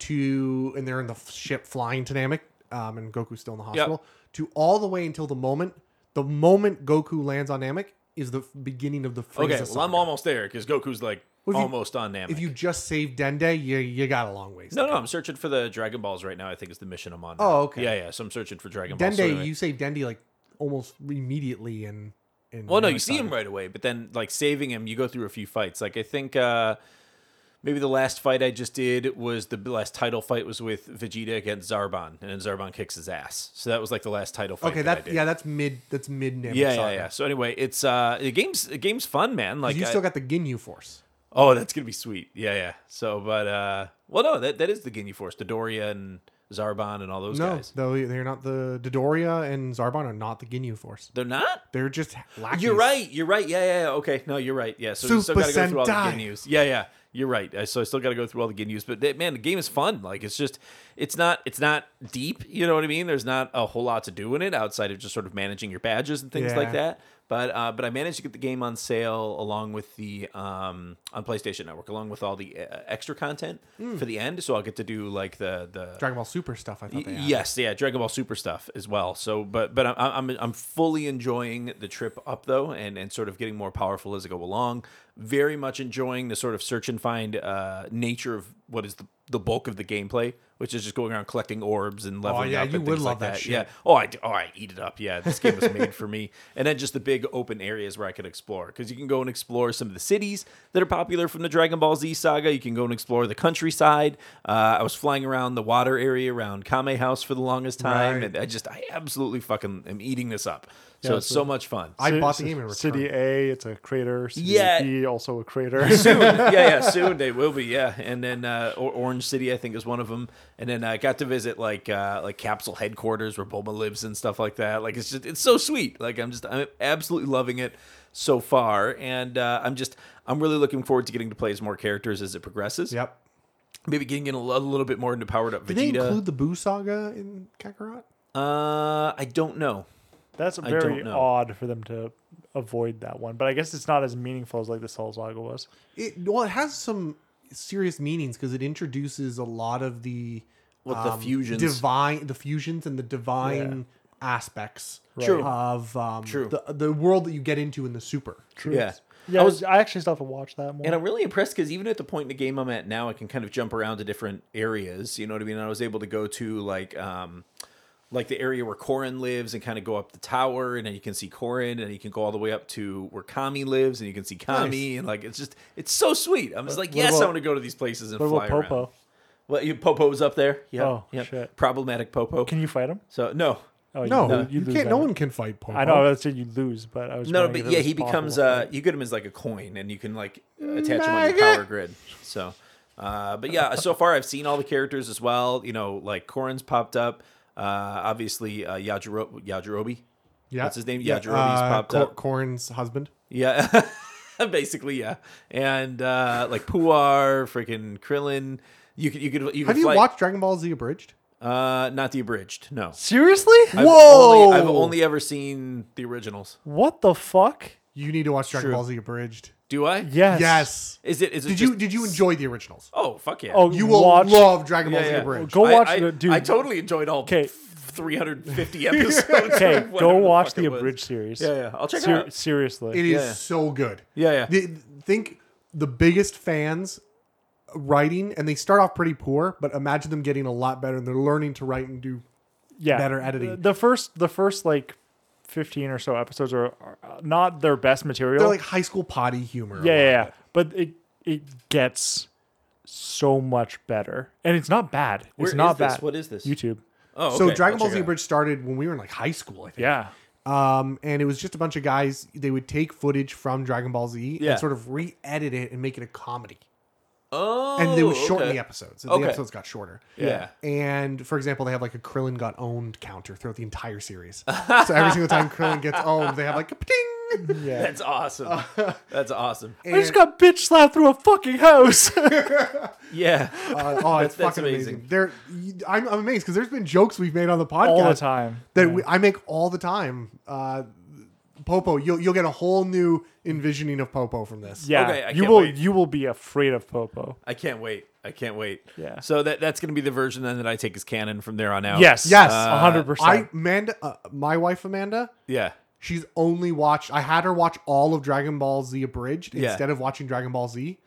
to and they're in the f- ship flying to Namek, um, and Goku's still in the hospital, to all the way until the moment the moment Goku lands on Namek is the f- beginning of the Frieza Okay, saga. well, I'm almost there because Goku's like Well, if you- almost on Namek. if you just save Dende, you you got a long ways. no, no, I'm searching for the Dragon Balls right now. I think is the mission I'm on. Oh, now. okay. Yeah, yeah. So I'm searching for Dragon Balls. Dende, So anyway- you save Dende like almost immediately, and in Well, no, Namek you see saga. him right away, but then like saving him, you go through a few fights. Like I think uh maybe the last fight I just did was the last title fight was with Vegeta against Zarbon, and then Zarbon kicks his ass. So that was like the last title fight. Okay, that I that's did. yeah, that's mid that's mid Namek Yeah, yeah, saga. yeah. So anyway, it's uh the game's the game's fun, man. Like You I- still got the Ginyu Force. oh, that's gonna be sweet. Yeah, yeah. So, but uh, well, no, that that is the Ginyu Force, Dodoria and Zarbon and all those No, guys. though they're not the Dodoria and Zarbon are not the Ginyu Force. They're not. They're just lackeys. You're right. You're right. Yeah, yeah. yeah. Okay. No, you're right. Yeah. So you still Super got to go through all the Sentai. menus. Yeah, yeah. You're right. I- So I still got to go through all the good news, but th- man, the game is fun. Like it's just, it's not, it's not deep. You know what I mean? There's not a whole lot to do in it outside of just sort of managing your badges and things like Yeah. that. But uh, but I managed to get the game on sale along with the um, on PlayStation Network, along with all the uh, extra content for the end. So I'll get to do like the the Dragon Ball Super stuff. I thought they Y- had. Yes, yeah, Dragon Ball Super stuff as well. So, but but I'm I'm I'm fully enjoying the trip up though, and and sort of getting more powerful as I go along. Very much enjoying the sort of search and find uh, nature of what is the, the bulk of the gameplay, which is just going around collecting orbs and leveling Oh, yeah, up. you and would things like love that that. shit. Yeah. Oh, I d- oh, I eat it up. Yeah, this game was made for me. And then just the big open areas where I could explore because you can go and explore some of the cities that are popular from the Dragon Ball Z saga. You can go and explore the countryside. Uh, I was flying around the water area around Kame House for the longest time, Right. and I just I absolutely fucking am eating this up. So Yeah, it's so- so much fun. I Ci- bought the ci- game in return. City A, it's a crater. City Yeah. B, also a crater. soon. yeah, yeah, soon they will be. Yeah, and then uh, or- Orange City, I think, is one of them. And then I got to visit like uh, like Capsule headquarters where Bulma lives and stuff like that. Like it's just it's so sweet. Like I'm just I'm absolutely loving it so far, and uh, I'm just I'm really looking forward to getting to play as more characters as it progresses. Yep. Maybe getting in a lo- little bit more into powered up Did they Vegeta. include the Boo Saga in Kakarot? uh, I don't know. That's don't very know. odd for them to avoid that one, but I guess it's not as meaningful as like the Soul Saga was. It well, it has some serious meanings because it introduces a lot of the um, With the fusions. divine, the fusions, and the divine aspects True. of um, True. the the world that you get into in the Super. Yeah. Yeah, I I, was- I actually still have to watch that more. And I'm really impressed because even at the point in the game I'm at now, I can kind of jump around to different areas. You know what I mean? I was able to go to like um, like the area where Corin lives and kind of go up the tower, and then you can see Corin, and you can go all the way up to where Kami lives, and you can see Kami, and like it's just it's so sweet. I'm just like, yes, I Uh, about- want to go to these places and what fly about around. Popo? Well, you, Popo's up there. Yeah. Oh, shit. Problematic Popo. Can you fight him? so no, Oh, No, lo- you, lose can't. that No one can fight Popo. I know. I was saying you lose, but I was No, wondering but if it yeah, was he becomes. possible. Uh, you get him as like a coin, and you can like attach him on your Maggot. power grid. So, uh, but yeah, so far I've seen all the characters as well. You know, like Corin's popped up. Uh, obviously, uh, Yajiro- Yajirobe. yeah, what's his name? Yeah, Yajirobe's uh, popped Cor- up. Corrin's husband. Yeah, basically, yeah. And uh, like Puar, freaking Krillin. You could, you could, you could. Have you fly- watched Dragon Ball Z abridged? Uh, not the abridged. No. seriously? I've Whoa! only- I've only ever seen the originals. What the fuck? You need to watch Dragon True. Ball Z abridged. Do I? Yes. Yes. Is it? Is it? Did you just- did you enjoy the originals? Oh fuck yeah! Oh, You will watch. love Dragon Ball Yeah, Z yeah. abridged. Go watch I, I, the dude. I totally enjoyed all Okay. 350 episodes. or Okay, whatever go watch fuck the it was. abridged series. Yeah, yeah. I'll check it Ser- out. seriously. It is Yeah. so good. Yeah, yeah. The, think the biggest fans writing, and they start off pretty poor, but imagine them getting a lot better, and they're learning to write and do. yeah. better editing. The first, the first like fifteen or so episodes are, are not their best material. They're like high school potty humor. yeah, yeah, yeah. But it it gets so much better, and it's not bad. It's Where not is this? bad. What is this? YouTube? Oh, So okay, Dragon I'll Ball check Z it out. Bridge started when we were in like high school, I think. Yeah. Um, and it was just a bunch of guys. They would take footage from Dragon Ball Z Yeah. and sort of re-edit it and make it a comedy. Oh, And they would shorten okay. the episodes. Okay. The episodes got shorter. Yeah. And for example, they have like a Krillin got owned counter throughout the entire series. so every single time Krillin gets owned, they have like a ping. Yeah. That's awesome. That's awesome. I just got bitch slapped through a fucking house. Yeah. Uh, oh, it's That's fucking amazing. amazing. There, you- I'm, I'm amazed because there's been jokes we've made on the podcast All the time. that we, I make all the time. Uh, Popo, you'll you'll get a whole new envisioning of Popo from this. Yeah. Okay, I you can't will wait. you will be afraid of Popo. I can't wait. I can't wait. Yeah. So that that's going to be the version then that I take as canon from there on out. Yes. Yes. Uh, A hundred I percent. Amanda, uh, my wife Amanda, Yeah. she's only watched. I had her watch all of Dragon Ball Z abridged Yeah. instead of watching Dragon Ball Z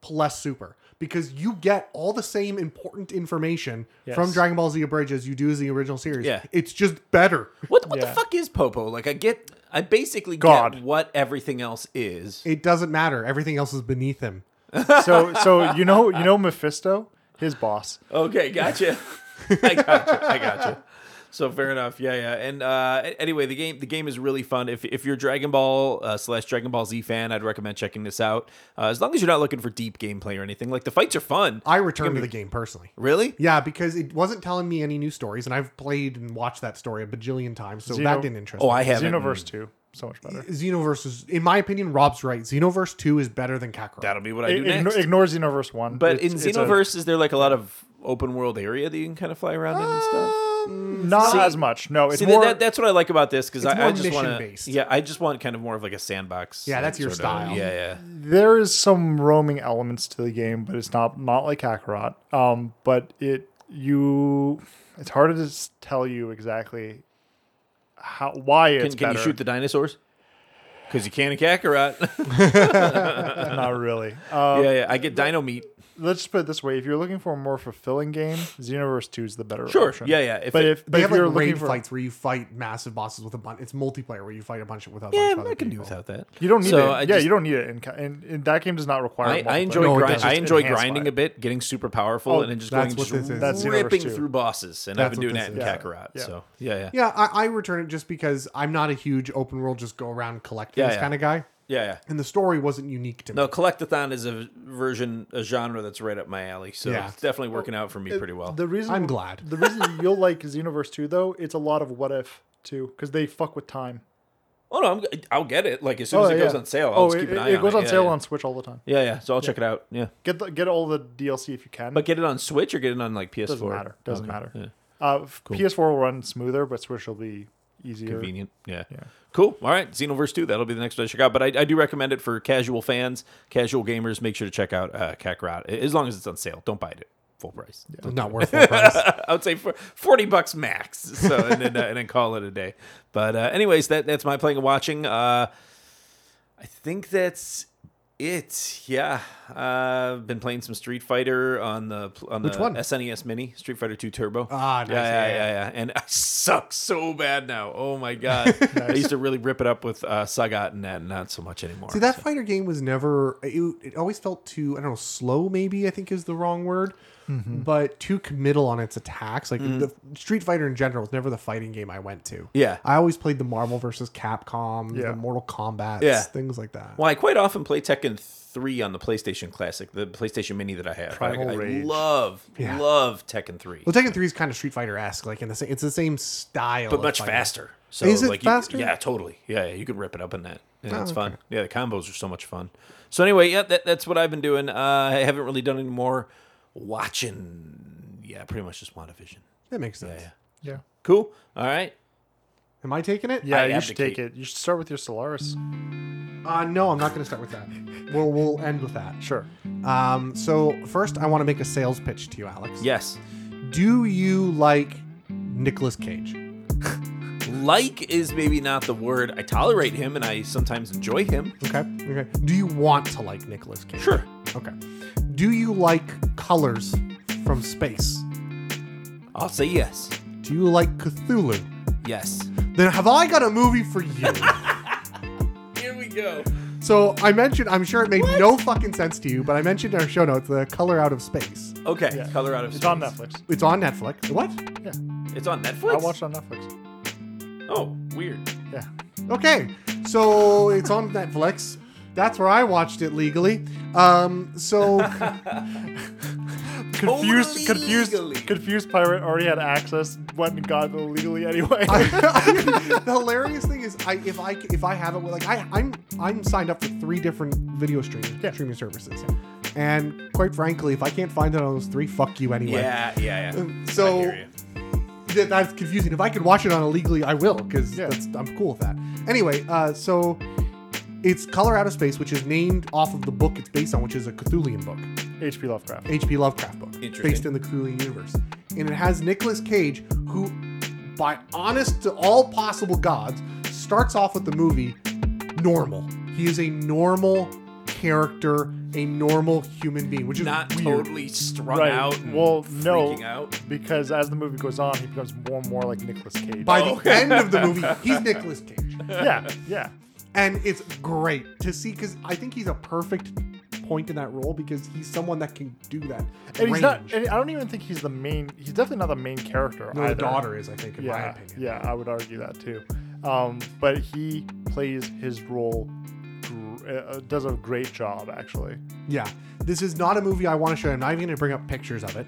plus Super because you get all the same important information from Yes. Dragon Ball Z abridged as you do as the original series. Yeah. it's just better. What what the Yeah. fuck is Popo? Like I get I basically God. get what everything else is. It doesn't matter. Everything else is beneath him. so so you know you know Mephisto, his boss. Okay, gotcha. I gotcha. I gotcha. So fair enough. Yeah, yeah. And uh, a- anyway, the game the game is really fun. If, if you're a Dragon Ball uh, slash Dragon Ball Z fan, I'd recommend checking this out. Uh, as long as you're not looking for deep gameplay or anything, like the fights are fun. I returned to the game personally. Really? Yeah, because it wasn't telling me any new stories, and I've played and watched that story a bajillion times, so Zero- that didn't interest Oh, me. I haven't. Xenoverse two. so much better. Xenoverse is, in my opinion, Rob's right. Xenoverse 2 is better than Kakarot. That'll be what I do It, igno- next. ignore Xenoverse One, but It's- in it's a- Xenoverse, is there like a lot of open world area that you can kind of fly around in and stuff? not as much. No, it's See, more. that, that's what I like about this because it's I, I more just want mission-based. to. Yeah, I just want kind of more of like a sandbox. Yeah, like, that's your sort of- style. Yeah, yeah. there is some roaming elements to the game, but it's not not like Kakarot. Um, but it you, it's hard to s- tell you exactly how why Can, it's can you better. shoot the dinosaurs? Because you can in Kakarot. not really. Uh, yeah, yeah. I get dino meat. Let's just put it this way: if you're looking for a more fulfilling game, Xenoverse Two is the better Sure. option. Yeah, yeah. If but it- if, but They if have you're like looking raid for, fights where you fight massive bosses with a bunch. It's multiplayer where you fight a bunch with a bunch Yeah, of other I can do people. without that. you don't need So it. I yeah, just- you don't need it. In, ca- in, in that game does not require. I, I multiplayer. enjoy No, it grind, doesn't. I It's enjoy enhanced by grinding it. a bit, getting super powerful, Oh, and then just that's going what just this is. That's Xenoverse ripping too. through bosses. And That's I've been what doing this that in is. Yeah. Kakarot. Yeah. So yeah, yeah, Yeah, I, I return it just because I'm not a huge open world, just go around collect Yeah, things yeah. kind of guy. yeah, yeah. And the story wasn't unique to me. No, collectathon is a version, a genre that's right up my alley. So Yeah. it's definitely working out for me pretty well. The reason I'm glad. The reason you'll like Xenoverse 2 though, it's a lot of what if too, because they fuck with time. oh no, I'm, I'll get it. Like as soon as it yeah. goes on sale, I'll oh, just keep it, an eye it on goes it. on yeah, sale yeah. on Switch all the time. Yeah, yeah. So I'll check it out. Yeah, Get the, get all the DLC if you can. but get it on Switch or get it on like PS4. doesn't matter. Doesn't Okay. matter. Yeah. Uh, f- PS4 will run smoother, but Switch will be easier. convenient. Yeah. Cool. All right. Xenoverse 2. That'll be the next one I check out. But I, I do recommend it for casual fans, casual gamers. Make sure to check out uh, Kakarot A- as long as it's on sale. Don't buy it at full price. Not worth full price. I would say for 40 bucks max. So, and then, uh, and then call it a day. But, uh, anyways, that, that's my playing and watching. Uh, I think that's it. Yeah. Uh, been playing some Street Fighter on the, pl- on Which the one? SNES Mini, Street Fighter 2 Turbo. Ah, nice. Yeah, yeah, Yeah, yeah, yeah. And I suck so bad now. Oh my god. I used to really rip it up with uh, Sagat and that, not so much anymore. See, that fighter game was never. It, it always felt too. I don't know. Slow, maybe I think is the wrong word, Mm-hmm. but too committal on its attacks. Like the Street Fighter in general was never the fighting game I went to. Mm. Yeah. I always played the Marvel versus Capcom, Yeah. the Mortal Kombat, Yeah. things like that. Well, I quite often play Tekken 3 on the PlayStation Classic, the PlayStation Mini that I have. Primal I, I Rage. love, Yeah. love Tekken 3. Well, Tekken Three is kind of Street Fighter esque, like in the same. It's the same style, but of much fighting. faster. So Is it like faster? You, yeah, totally. Yeah, yeah, you can rip it up in that. Yeah, Oh, it's fun. Yeah, the combos are so much fun. So anyway, yeah, that, that's what I've been doing. Uh, I haven't really done any more watching. Yeah, pretty much just WandaVision. That makes sense. yeah. Yeah. Cool. All right. Am I taking it? Yeah, I you should take abdicate. it. You should start with your Solaris. Uh, no, I'm not going to start with that. We'll we'll end with that. Sure. Um, so first, I want to make a sales pitch to you, Alex. Yes. Do you like Nicolas Cage? Like is maybe not the word. I tolerate him and I sometimes enjoy him. Okay. Okay. Do you want to like Nicolas Cage? Sure. Okay. Do you like colors from space? I'll say yes. Do you like Cthulhu? Yes. Then have I got a movie for you? Here we go. so I mentioned, I'm sure it made no fucking sense to you, but I mentioned in our show notes the color out of space. Okay. Yeah. Color out of It's space. on Netflix. It's on Netflix. What? It's on I Netflix. watched it on Netflix. Oh, weird. Yeah. Okay, so it's on Netflix. That's where I watched it legally. Um, so Confused, Totally legally. confused, confused pirate already had access. Went and got it illegally anyway. the hilarious thing is, I if I if I have it, like I I'm I'm signed up for three different video streaming Yeah. streaming services, and quite frankly, if I can't find it on those three, fuck you anyway. Yeah, yeah, yeah. So- I hear you. Th- that's confusing. If I could watch it on illegally, I will because Yeah. that's I'm cool with that. Anyway, uh, so it's Color Out of Space, which is named off of the book it's based on, which is a Cthulian book. H.P. Lovecraft. H.P. Lovecraft book Interesting. based in the Cthulhu universe. And it has Nicolas Cage, who, by honest to all possible gods, starts off with the movie normal. He is a normal character, a normal human being, which is not weird. totally strung Right. out. And Well, freaking no. out. because as the movie goes on, he becomes more and more like Nicolas Cage. By the Oh, okay. end of the movie, he's Nicolas Cage. yeah, yeah, And it's great to see because I think he's a perfect point in that role because he's someone that can do that. and he's range. not. And I don't even think he's the main. He's definitely not the main character. No, either. the daughter is, I think, in Yeah, my opinion. yeah, I would argue that too. Um, but he plays his role. gr- Uh, does a great job actually. Yeah. This is not a movie I want to show. I'm not even going to bring up pictures of it,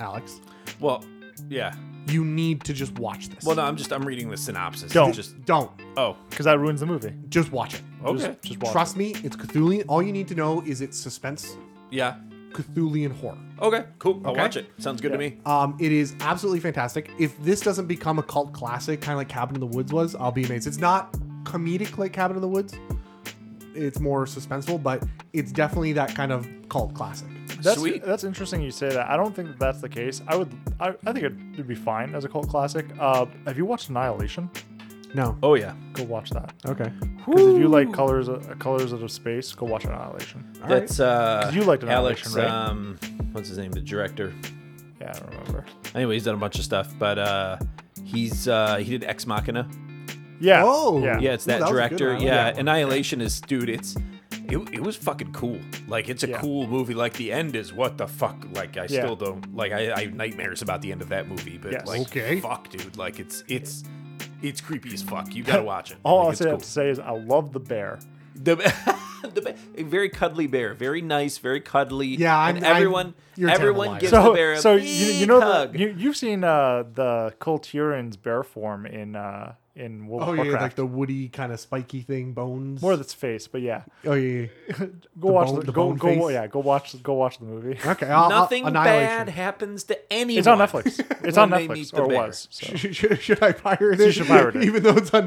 Alex. Well, yeah. You need to just watch this. Well, no, I'm just I'm reading the synopsis. Don't. Just Don't. oh, because that ruins the movie. Just watch it. okay. Just, just watch. Trust me, it's Cthulian. All you need to know is it's suspense, yeah. Cthulian horror. Okay. Cool. I'll Okay. watch it. Sounds good to me. Um, it is absolutely fantastic. If this doesn't become a cult classic, kind of like Cabin in the Woods was, I'll be amazed. It's not comedic like Cabin in the Woods. It's more suspenseful, but it's definitely that kind of cult classic. That's, Sweet. That's interesting you say that. I don't think that that's the case. I would. I, I think it would be fine as a cult classic. Uh, have you watched Annihilation? No. Oh yeah. Go watch that. Okay. Because if you like colors, uh, colors out of space, go watch Annihilation. All right. That's uh. 'Cause you liked Annihilation, Alex. right? Um, what's his name? The director. Yeah, I don't remember. Anyway, he's done a bunch of stuff, but uh, he's uh he did Ex Machina. Yeah. Oh, yeah. Yeah, it's Ooh, that, that was a good director. one. I Yeah, like that one. Annihilation is dude. It's it, it was fucking cool. Like it's a Yeah. cool movie. Like the end is what the fuck. Like I Yeah. still don't like I, I have nightmares about the end of that movie. But Yes. like Okay. fuck, dude. Like it's it's it's creepy as fuck. You gotta watch it. All like, I'll it's say I have to say is I love the bear. the the bear, a very cuddly bear, very nice, very cuddly. Yeah, I'm- and I'm- everyone you're a terrible everyone liar. gives Give the bear So, a so big you, you know hug. the, you you've seen uh, the Colturian's bear form in uh, in World Oh of yeah, Warcraft. like the woody kind of spiky thing, bones. More of its face, but yeah. oh yeah. yeah. Go The watch bone- the, the go bone go face? yeah go watch go watch the movie. Okay. I'll, Nothing I'll, bad annihilation. happens to anyone. It's on Netflix. It's on When they meet Netflix the or bear. was. So. Should, should, should I pirate it? You should pirate it. even though it's on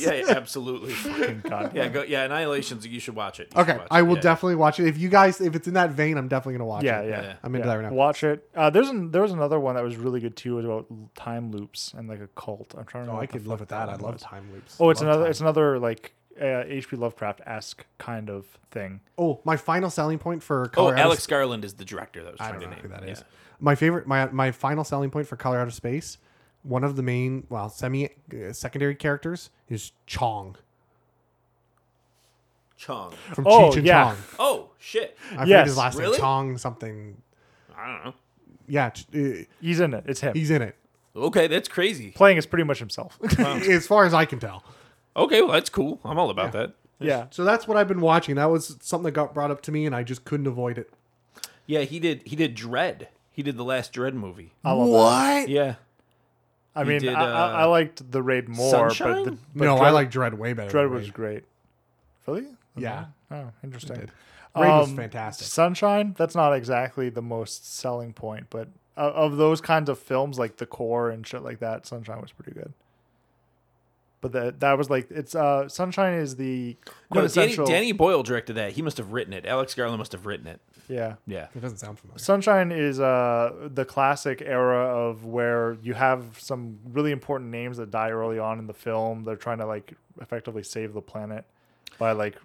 Yeah, yeah, absolutely. God. Yeah, go, yeah, Annihilation's. You should watch it. You should Okay, watch I it, will yeah. definitely watch it. If you guys, if it's in that vein, I'm definitely gonna watch Yeah, it. yeah. Yeah. I'm into Yeah. that right now. Watch it. Uh, there's an, there was another one that was really good too. It was about l- time loops and like a cult. I'm trying to. Oh, I remember what the could live fuck with that. I one love was. time loops. Oh, it's Love another. time. It's another like uh, H.P. Lovecraft esque kind of thing. Oh, my final selling point for Oh, Colorado. Alex Garland is the director. That was I trying don't to know name who that is. yeah. My favorite, my my final selling point for Colorado Space. One of the main, well, semi uh, secondary characters is Chong Chong. from Oh, Cheech and yeah. Chong. Oh shit! I forget Yes. his last Really? name. Chong something. I don't know. Yeah, Ch- uh, He's in it. It's him. he's in it. Okay, that's crazy. playing is pretty much himself. As far as I can tell. Okay, well that's cool. I'm all about that. yeah. So that's what I've been watching. That was something that got brought up to me, and I just couldn't avoid it. Yeah, he did. He did Dread. He did the last Dread movie. Uh, What? Yeah. I He mean, did, I, I, uh, I liked the raid more, but, the, Sunshine? but no, I Dread- like Dread way better. Dread than was Raid. great. Really? yeah. Oh, interesting. Raid was Um, fantastic. Sunshine. That's not exactly the most selling point, but of, of those kinds of films, like The Core and shit like that, Sunshine was pretty good. But that that was like it's uh Sunshine is the No, Danny, quintessential Danny Boyle directed that. He must have written it. Alex Garland must have written it. yeah Yeah. It doesn't sound familiar. Sunshine is uh, the classic era of where you have some really important names that die early on in the film. They're trying to like effectively save the planet by like.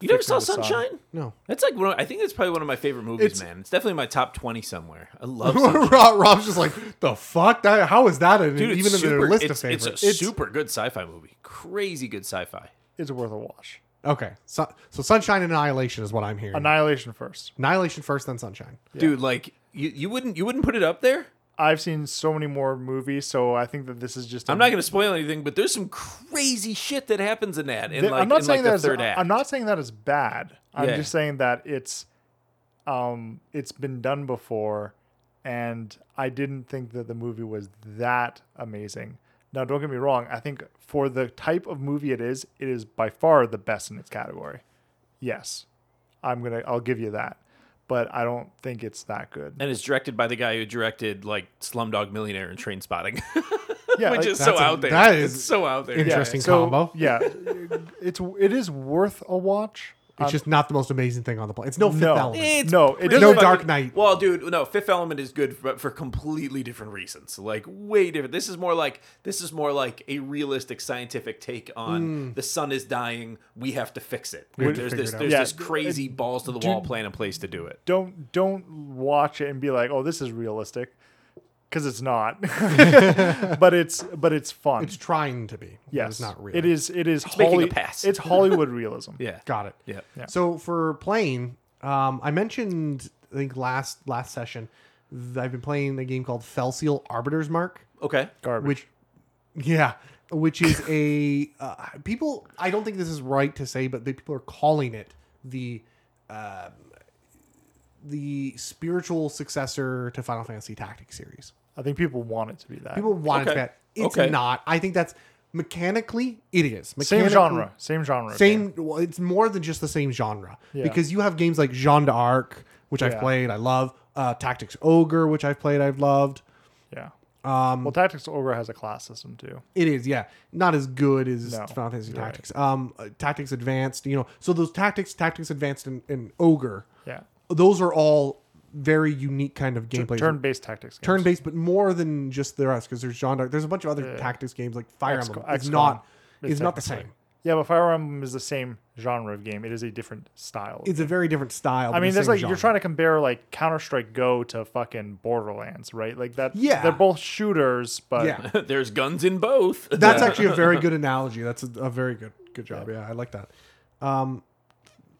You never saw fixing the sun. Sunshine? No. That's like one. Of, I think that's probably one of my favorite movies, It's- man. It's definitely my top twenty somewhere. I love Sunshine. Rob, Rob's just like, the fuck? That, how is that an, Dude, it's even in super, their list it's, of favorites? It's a super good sci-fi movie. Crazy good sci-fi. It's worth a watch. okay. So, so Sunshine and Annihilation is what I'm hearing. Annihilation first. Annihilation first, then Sunshine. Dude, like you, you wouldn't you wouldn't put it up there? I've seen so many more movies, so I think that this is just. I'm not going to spoil anything, but there's some crazy shit that happens in that. In Th- like, I'm not in like saying that the is- third act. I'm not saying that is bad. I'm Yeah. just saying that it's, um, it's been done before, and I didn't think that the movie was that amazing. Now, don't get me wrong. I think for the type of movie it is, it is by far the best in its category. Yes, I'm gonna. I'll give you that. But I don't think it's that good. and it's directed by the guy who directed like Slumdog Millionaire and Train Spotting, Yeah, which like- is so that's a- out there. that It's is so out there. interesting. Yeah. combo. Yeah, it's it is worth a watch. Uh, It's just not the most amazing thing on the planet. It's no fifth No. element. Um, It's No, it pretty doesn't- fucking- Dark Knight. Well, dude, no, Fifth Element is good, but for completely different reasons. Like way different. This is more like this is more like a realistic scientific take on the sun is dying. We have to fix it. Mm. have to there's figure this it out. there's Yeah, this crazy balls to the wall plan in place to do it. don't don't watch it and be like, "Oh, this is realistic," because it's not. but it's but it's fun. It's trying to be. but yes, It's not real. It is it is making a Holly- pass. It's Hollywood realism. Yeah. Got it. Yeah. So for playing, um, I mentioned I think last last session that I've been playing a game called Felseal Arbiter's Mark, Okay. garbage. which yeah, which is a uh, people. I don't think this is right to say, but the people are calling it the um, the spiritual successor to Final Fantasy Tactics series. I think people want it to be that. People want Okay. it that. It's Okay. not. I think that's mechanically it is. same Mechanically- genre. Same genre. Same. Well, it's more than just the same genre Yeah. because you have games like Jean d'Arc, which I've Yeah. played, I love. Uh, Tactics Ogre, which I've played, I've loved. Yeah. Um, well, Tactics Ogre has a class system too. It is, yeah, not as good as No, Final Fantasy you're right. Tactics. Um, uh, Tactics Advanced, you know, so those Tactics, Tactics Advanced, and, and Ogre, Yeah. those are all very unique kind of gameplay. Turn-based tactics. games. turn based, but more than just the rest because there's Jean d'Arc. There's a bunch of other Yeah. tactics games like Fire X- Emblem. It's XCOM not. is It's not the technically- same. Yeah, but Fire Emblem is the same genre of game. It is a different style. It's a very different style. I there's mean, that's like you're trying to compare like Counter Strike Go to fucking Borderlands, right? Like that. Yeah. they're both shooters, but Yeah, There's guns in both. that's actually a very good analogy. That's a, a very good good job. Yeah, I like that. Um,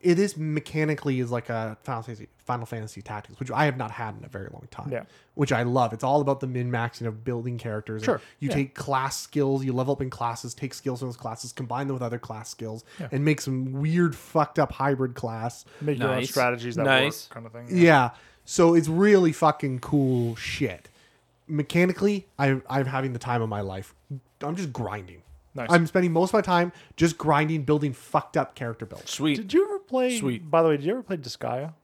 it is mechanically is like a Final Fantasy Final Fantasy Tactics, which I have not had in a very long time. Yeah. which I love. It's all about the min maxing of building characters. and Sure, you yeah. take class skills, you level up in classes, take skills from those classes, combine them with other class skills, and make some weird fucked up hybrid class. make your own Nice. strategies that Nice. work, kind of thing. Yeah. So it's really fucking cool shit. Mechanically, I, I'm having the time of my life. I'm just grinding. Nice. I'm spending most of my time just grinding, building fucked up character builds. Sweet. Did you ever play? Sweet. By the way, did you ever play Disgaea?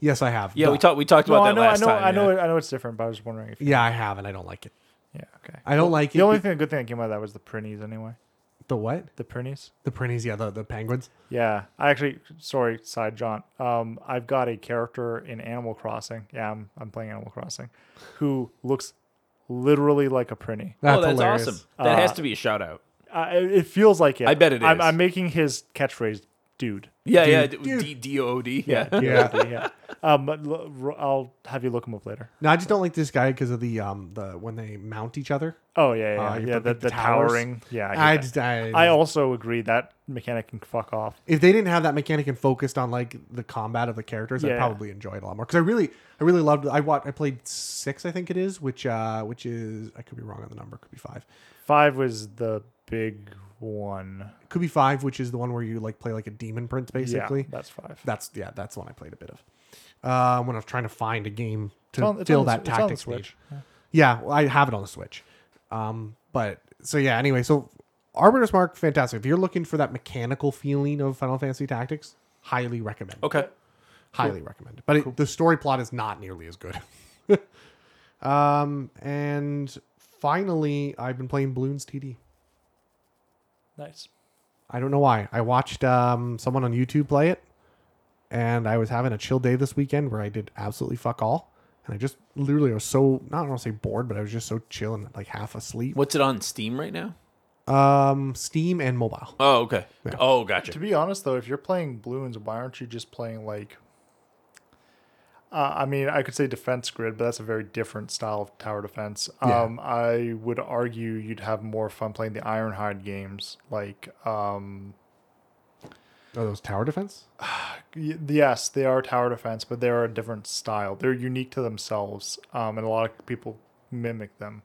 Yes, I have. yeah, we Duh. talked. We talked No, about I that know, I last know, time. I know, yeah. it, I know it's different, but I was just wondering if. Yeah, I have, and I don't like it. Yeah. Okay. I don't like the it. only be- thing, good thing that came out of that was the Prinnies, anyway. the what? The Prinnies. The printies, yeah, the, the penguins. Yeah, I actually, sorry, side jaunt. Um, I've got a character in Animal Crossing. Yeah, I'm, I'm playing Animal Crossing, who looks literally like a Prinny. That's, oh, that's hilarious. awesome. That has Uh, to be a shout out. Uh, it it feels like it. I bet it I'm, is. I'm making his catchphrase, dude. Yeah, yeah. dude, d- dude. D D O O D. Yeah. Yeah. yeah. Um, but l- r- I'll have you look him up later. No, I just don't like this guy because of the um the when they mount each other. Oh yeah, yeah, Uh, you yeah. put, The, like, the the, towers? towering. Yeah, I, I hate just that. I, I also agree that mechanic can fuck off. if they didn't have that mechanic and focused on like the combat of the characters, I'd Yeah. probably enjoy it a lot more. Because I really, I really loved. I watched. I played six, I think it is, which uh, which is I could be wrong on the number. Could be five. Five was the big one. Could be five, which is the one where you like play like a demon prince, basically. Yeah, that's five. That's yeah, that's the one I played a bit of. Uh, when I was trying to find a game to It's on- it's fill on the that Sw- it's on the tactics Switch. niche. Yeah, well, I have it on the Switch. Um, but so yeah, anyway, so Arbiter's Mark, fantastic. If you're looking for that mechanical feeling of Final Fantasy Tactics, highly recommend. it. Okay. highly recommend. But it, the story plot is not nearly as good. um, and finally, I've been playing Balloons TD. Nice. I don't know why. I watched um, someone on YouTube play it, and I was having a chill day this weekend where I did absolutely fuck all. And I just literally was so not want to say bored, but I was just so chill and like half asleep. What's it on Steam right now? Um, Steam and mobile. Oh, okay. Oh, gotcha. To be honest, though, if you're playing balloons, why aren't you just playing like? Uh, I mean, I could say defense grid, but that's a very different style of tower defense. Yeah. Um, I would argue you'd have more fun playing the Ironhide games, like um, Are Oh, those tower defense? y- yes, they are tower defense, but they are a different style. They're unique to themselves, um, and a lot of people mimic them.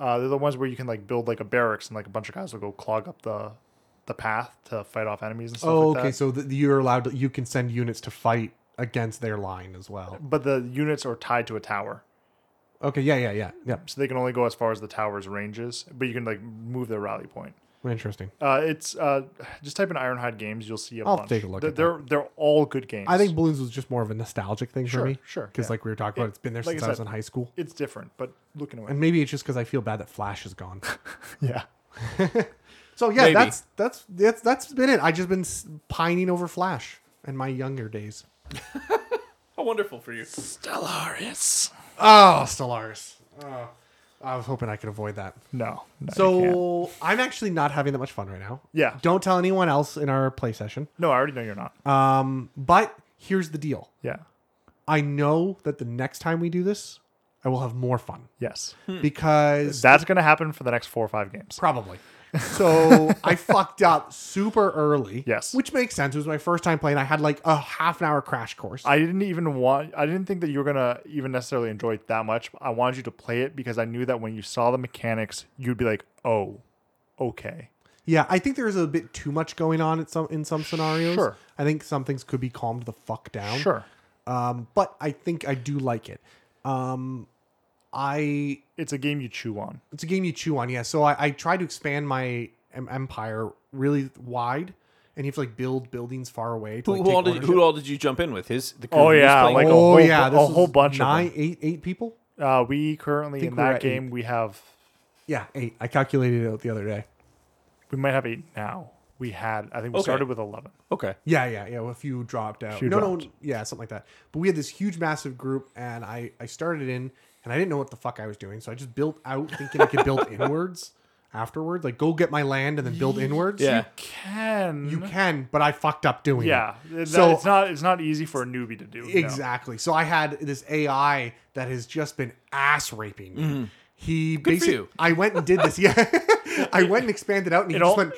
Uh, they're the ones where you can like build like a barracks, and like a bunch of guys will go clog up the the path to fight off enemies and stuff. Oh, like okay. that. So th you're allowed. To, you can send units to fight against their line as well. but the units are tied to a tower. Okay. Yeah. Yeah. Yeah. Yeah. so they can only go as far as the tower's ranges, but you can like move their rally point. Interesting. Uh, it's uh, just type in Ironhide games, you'll see a I'll bunch. take a look They're at that. they're, they're all good games. I think balloons was just more of a nostalgic thing for Sure, me. sure, Because yeah. like we were talking about, It- it's been there like since I I, was said- in high school, it's different, but looking away, and maybe it's just because I feel bad that Flash is gone. yeah, so yeah, Maybe. that's that's that's that's been it. I just been s- pining over Flash and my younger days. How wonderful for you. Stellaris. Oh, Stellaris. Oh, I was hoping I could avoid that. No, no, you can't. So I'm actually not having that much fun right now. Yeah. Don't tell anyone else in our play session. no, I already know you're not. Um, but here's the deal. yeah, I know that the next time we do this, I will have more fun yes, Hmm. because that's gonna happen for the next four or five games. Probably. So I fucked up super early. Yes. Which makes sense. It was my first time playing. I had like a half an hour crash course. I didn't even want. I didn't think that you were gonna even necessarily enjoy it that much. I wanted you to play it because I knew that when you saw the mechanics, you'd be like, "Oh, okay." yeah, I think there's a bit too much going on in some in some scenarios. Sure. I think some things could be calmed the fuck down. Sure. Um, but I think I do like it. Um, I It's a game you chew on. it's a game you chew on, yeah. So I, I tried to expand my em- empire really wide, and you have to like build buildings far away. To, Who, who like, take all did ownership. who all did you jump in with? His the crew Oh, he was yeah, playing like with? a whole bu- a this whole is bunch of them. nine, eight, eight people. Uh, we currently Think in we're that at game we have Yeah, eight. I calculated it out the other day. we might have eight now. We had I think we Okay. started with eleven. okay. Yeah, yeah, yeah. A few dropped out. Few no, dropped. no, yeah, something like that. But we had this huge, massive group, and I I started in, and I didn't know what the fuck I was doing, so I just built out thinking I could build inwards afterward, like go get my land and then build inwards. Yeah. Can you can, but I fucked up doing it. yeah? it- So- it's not it's not easy for a newbie to do. no. Exactly. So I had this AI that has just been ass raping me. Mm-hmm. He for basically, you. I went and did this. Yeah, I went and expanded out, and he It just all- went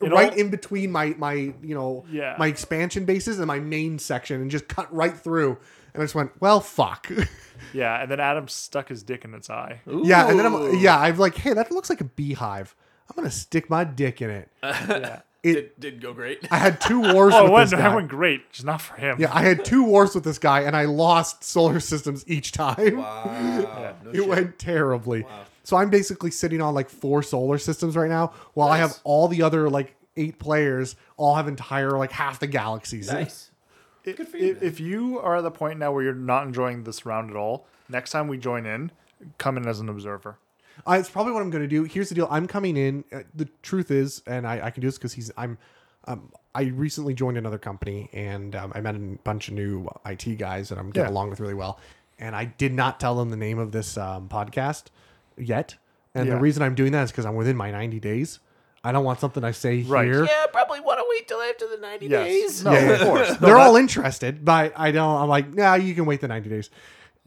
it right all- in between my my you know Yeah. my expansion bases and my main section, and just cut right through. And I just went, well, fuck. Yeah, and then Adam stuck his dick in its eye. yeah, and then Ooh. I'm yeah, I'm like, hey, that looks like a beehive. I'm gonna stick my dick in it. Yeah. It. Did, did go great. I had two wars. Oh, it with went, this that guy. went great. Just not for him. Yeah, I had two wars with this guy, and I lost solar systems each time. Wow. No it shit. went terribly. So I'm basically sitting on like four solar systems right now, while I have all the other like eight players all have entire like half the galaxies. nice. I- Good for you, if, if you are at the point now where you're not enjoying this round at all, next time we join in, come in as an observer. Uh, it's probably what I'm going to do. Here's the deal: I'm coming in. Uh, the truth is, and I, I can do this because he's I'm. Um, I recently joined another company, and um, I met a bunch of new IT guys that I'm getting Yeah. along with really well. And I did not tell them the name of this um, podcast yet. And Yeah. the reason I'm doing that is because I'm within my 90 days. I don't want something I say Right. here. Yeah, probably want to wait till after the ninety Yes. days. No, Yeah, of yeah. course. No, they're that- all interested, but I don't. I'm like, nah, you can wait the 90 days.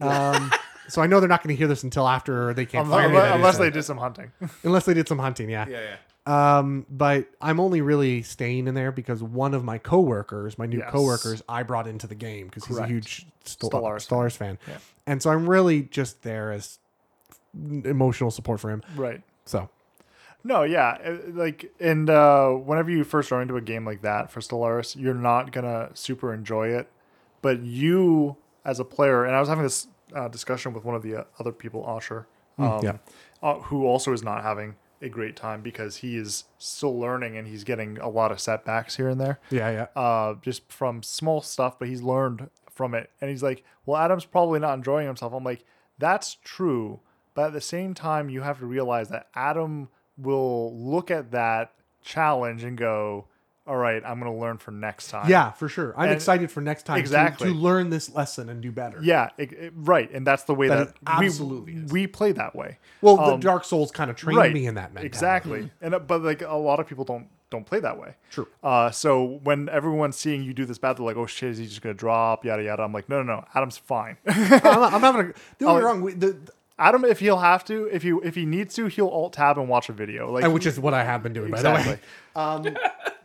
Um, so I know they're not going to hear this until after they can't unless, fire me. that is, unless uh, they did some hunting. unless they did some hunting, yeah. Yeah, yeah. Um, but I'm only really staying in there because one of my coworkers, my new Yes. coworkers, I brought into the game because he's a Correct. huge Stal- Stellaris Stellaris, fan. fan, Yeah. and so I'm really just there as emotional support for him. right. So No, yeah, uh, like, and uh, whenever you first are into a game like that for Stellaris, you're not gonna super enjoy it, but you as a player, and I was having this uh, discussion with one of the uh, other people, Osher, um, Mm, yeah. uh, who also is not having a great time because he is still learning and he's getting a lot of setbacks here and there yeah, yeah, uh, just from small stuff, but he's learned from it. And he's like, well, Adam's probably not enjoying himself. I'm like, that's true. But at the same time, you have to realize that Adam will look at that challenge and go, all right, I'm going to learn for next time. yeah, for sure. I'm And- excited for next time to- Exactly. to, learn this lesson and do better. Yeah, it, it- right. And that's the way That that, it absolutely we, is. we play that way. Well, the Um, Dark Souls kind of trained me in that mentality. Exactly. Mm-hmm. And uh, but like a lot of people don't don't play that way. True. Uh, so when everyone's seeing you do this bad, they're like, "Oh shit, is he just gonna drop?" Yada yada. I'm like, "No, no, no. Adam's fine. I'm, I'm having a. Don't get Um, me wrong. We, the, the- Adam, if he'll have to, if you if he needs to, he'll alt tab and watch a video. Like, which is what I have been doing, by the way. exactly.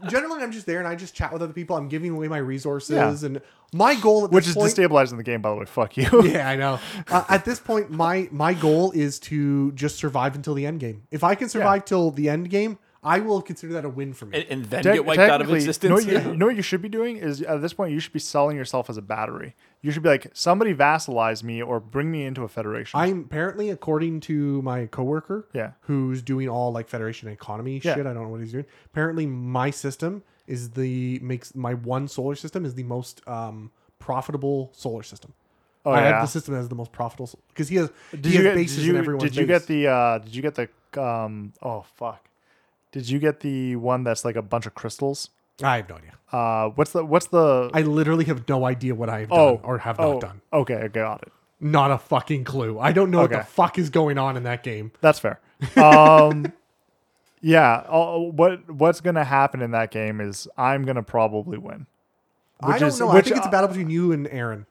generally I'm just there and I just chat with other people. I'm giving away my resources and my goal at Which this is point, destabilizing the game, by the way. Fuck you. Yeah, I know. Uh, at this point, my my goal is to just survive until the end game. If I can survive till the end game, I will consider that a win for me. And, and then Te- get wiped out of technically, existence. You know, what you, you know what you should be doing is at this point you should be selling yourself as a battery. You should be like, somebody vassalize me or bring me into a federation. I'm apparently, according to my coworker, Yeah. who's doing all like Federation economy Yeah. shit. I don't know what he's doing. Apparently, my system is the makes my one solar system is the most um profitable solar system. oh I yeah. have the system that has the most profitable because he has Did he you has get? Did bases in you, everyone's did you base. get the? Uh, did you get the? Um. Oh fuck. Did you get the one that's like a bunch of crystals? I have no idea. Uh, what's the? What's the? I literally have no idea what I have done oh, or have oh, not done. Okay, I got it. Not a fucking clue. I don't know what Okay. the fuck is going on in that game. That's fair. Um, yeah. uh, what What's gonna happen in that game is I'm gonna probably win. I don't is- know. which, I think it's a uh, battle between you and Aaron.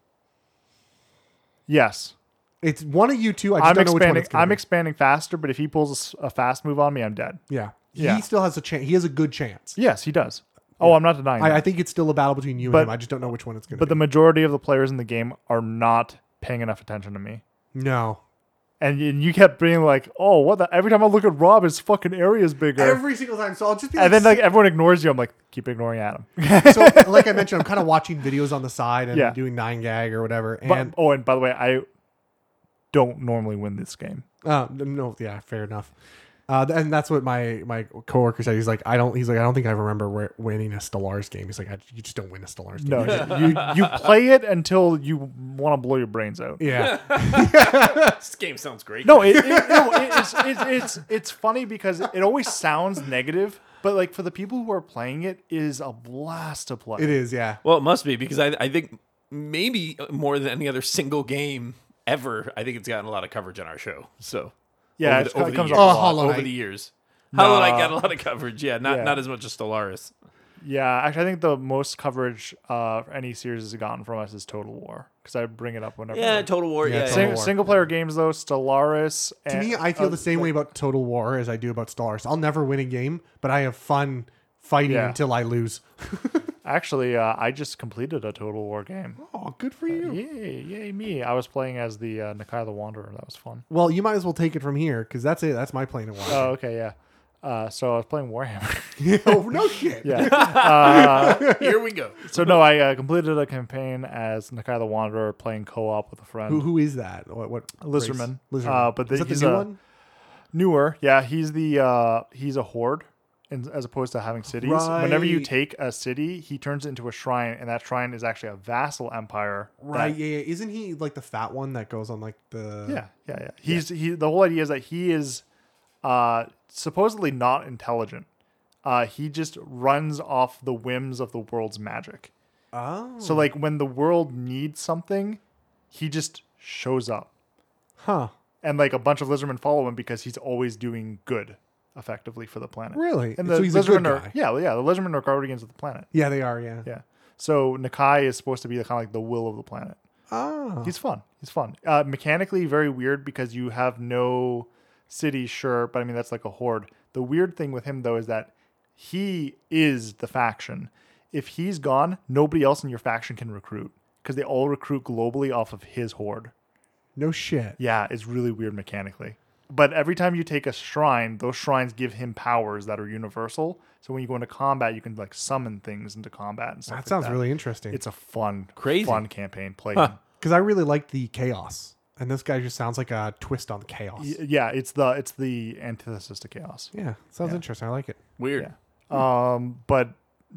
Yes, It's one of you two. I just I'm don't know which one expanding. it's gonna I'm be. expanding faster, but if he pulls a s- a, fast move on me, I'm dead. yeah. Yeah. He still has a chance. He has a good chance. Yes, he does. Oh, I'm not denying. I, that. I think it's still a battle between you But- and him. I just don't know which one it's going to but be. the majority of the players in the game are not paying enough attention to me. no. and you, you kept being like, "Oh, what the?" Every time I look at Rob, his fucking area is bigger. Every single time. So I'll just be and then like like everyone ignores you. I'm like, keep ignoring Adam. so, like I mentioned, I'm kind of watching videos on the side and Yeah. doing nine gag or whatever. But- And oh, and by the way, I don't normally win this game. Uh, no, yeah, fair enough. Uh, th- and that's what my my coworker said. He's like, I don't. He's like, I don't think I remember where, winning a Stellars game. He's like, I, you just don't win a Stellars game. No, you you play it until you want to blow your brains out. Yeah, This game sounds great. No, it, it, no it, it's, it's it's it's funny because it always sounds negative, but like for the people who are playing it, it is a blast to play. it is. Yeah, Well, it must be because I, I think maybe more than any other single game ever, I think it's gotten a lot of coverage on our show. So Yeah, over it's- the, over it the comes years, up a Oh, lot. Hollow over Knight. the years. Hollow Knight got a lot of coverage. Yeah, not Yeah. not as much as Stellaris. Yeah, actually, I think the most coverage uh, any series has gotten from us is Total War because I bring it up whenever. Yeah, Total War. Yeah, Yeah, Total yeah. Sing- War. single player games though, Stellaris. to and- me, I feel uh, the same way about Total War as I do about Stellars. I'll never win a game, but I have fun fighting Yeah. until I lose. Actually, uh, I just completed a Total War game. Oh, good for you. Yay, yay me! I was playing as the uh, Nakai the Wanderer. That was fun. Well, you might as well take it from here because that's it. That's my plane of Oh, war. okay, yeah. Uh, so I was playing Warhammer. Oh, no shit. yeah. Here we go. So no, I uh, completed a campaign as Nakai the Wanderer playing co-op with a friend. Who, who is that? What? what Lizardman. race? Lizardman. Uh, but the- is that he's the new a- one? Newer, yeah, he's the uh, he's a horde, and as opposed to having cities. Whenever you Right. take a city, he turns it into a shrine, and that shrine is actually a vassal empire. that- Right. Yeah, yeah. Isn't he like the fat one that goes on like the? yeah, yeah, yeah. He's he. The whole idea is that he is uh, supposedly not intelligent. Uh, he just runs off the whims of the world's magic. Oh. So like when the world needs something, he just shows up. Huh. and like a bunch of lizardmen follow him because he's always doing good effectively for the planet. Really? And the So he's a good lizardmen are guy. yeah, well, yeah, the lizardmen are guardians of the planet. Yeah, they are. Yeah. Yeah. So Nakai is supposed to be the kind of like the will of the planet. Oh. He's fun. He's fun. Uh, mechanically very weird because you have no city, sure, but I mean that's like a horde. The weird thing with him though is that he is the faction. If he's gone, nobody else in your faction can recruit because they all recruit globally off of his horde. No shit. Yeah, it's really weird mechanically. But every time you take a shrine, those shrines give him powers that are universal. So when you go into combat, you can like summon things into combat and stuff. That like sounds really interesting. It's a fun, Crazy. fun campaign. Play. Huh. because I really like the chaos, and this guy just sounds like a twist on chaos. Y- Yeah, it's the it's the antithesis to chaos. Yeah, sounds interesting. I like it. Weird. Yeah. Um, but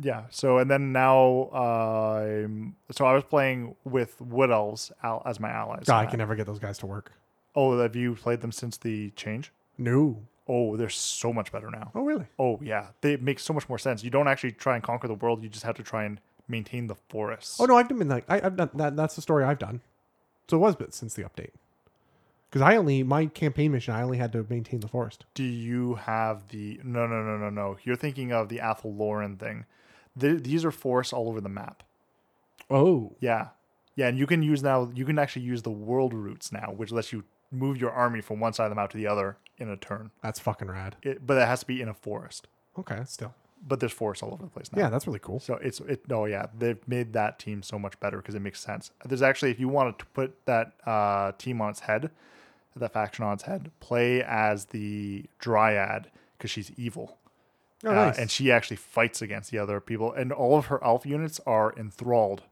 yeah. So and then now, uh, so I was playing with wood elves al- as my allies. God, Ah, I can never get those guys to work. Oh, have you played them since the change? No. Oh, they're so much better now. Oh, really? Oh yeah, they make so much more sense. You don't actually try and conquer the world; you just have to try and maintain the forests. Oh no, I've been like I, I've done that. That's the story I've done. So it was, but since the update, because I only my campaign mission, I only had to maintain the forest. Do you have the? No, no, no, no, no. You're thinking of the Athel Loren thing. Th these are forests all over the map. Oh, Yeah, yeah, and you can use now. You can actually use the world routes now, which lets you move your army from one side of the map to the other in a turn. that's fucking rad. It, but it has to be in a forest. Okay, still. But there's forests all over the place now. Yeah, that's really cool. So it's it. Oh yeah, they've made that team so much better because it makes sense. There's actually, if you wanted to put that uh, team on its head, that faction on its head, play as the Dryad because she's evil, Oh, Uh, nice. and she actually fights against the other people. And all of her elf units are enthralled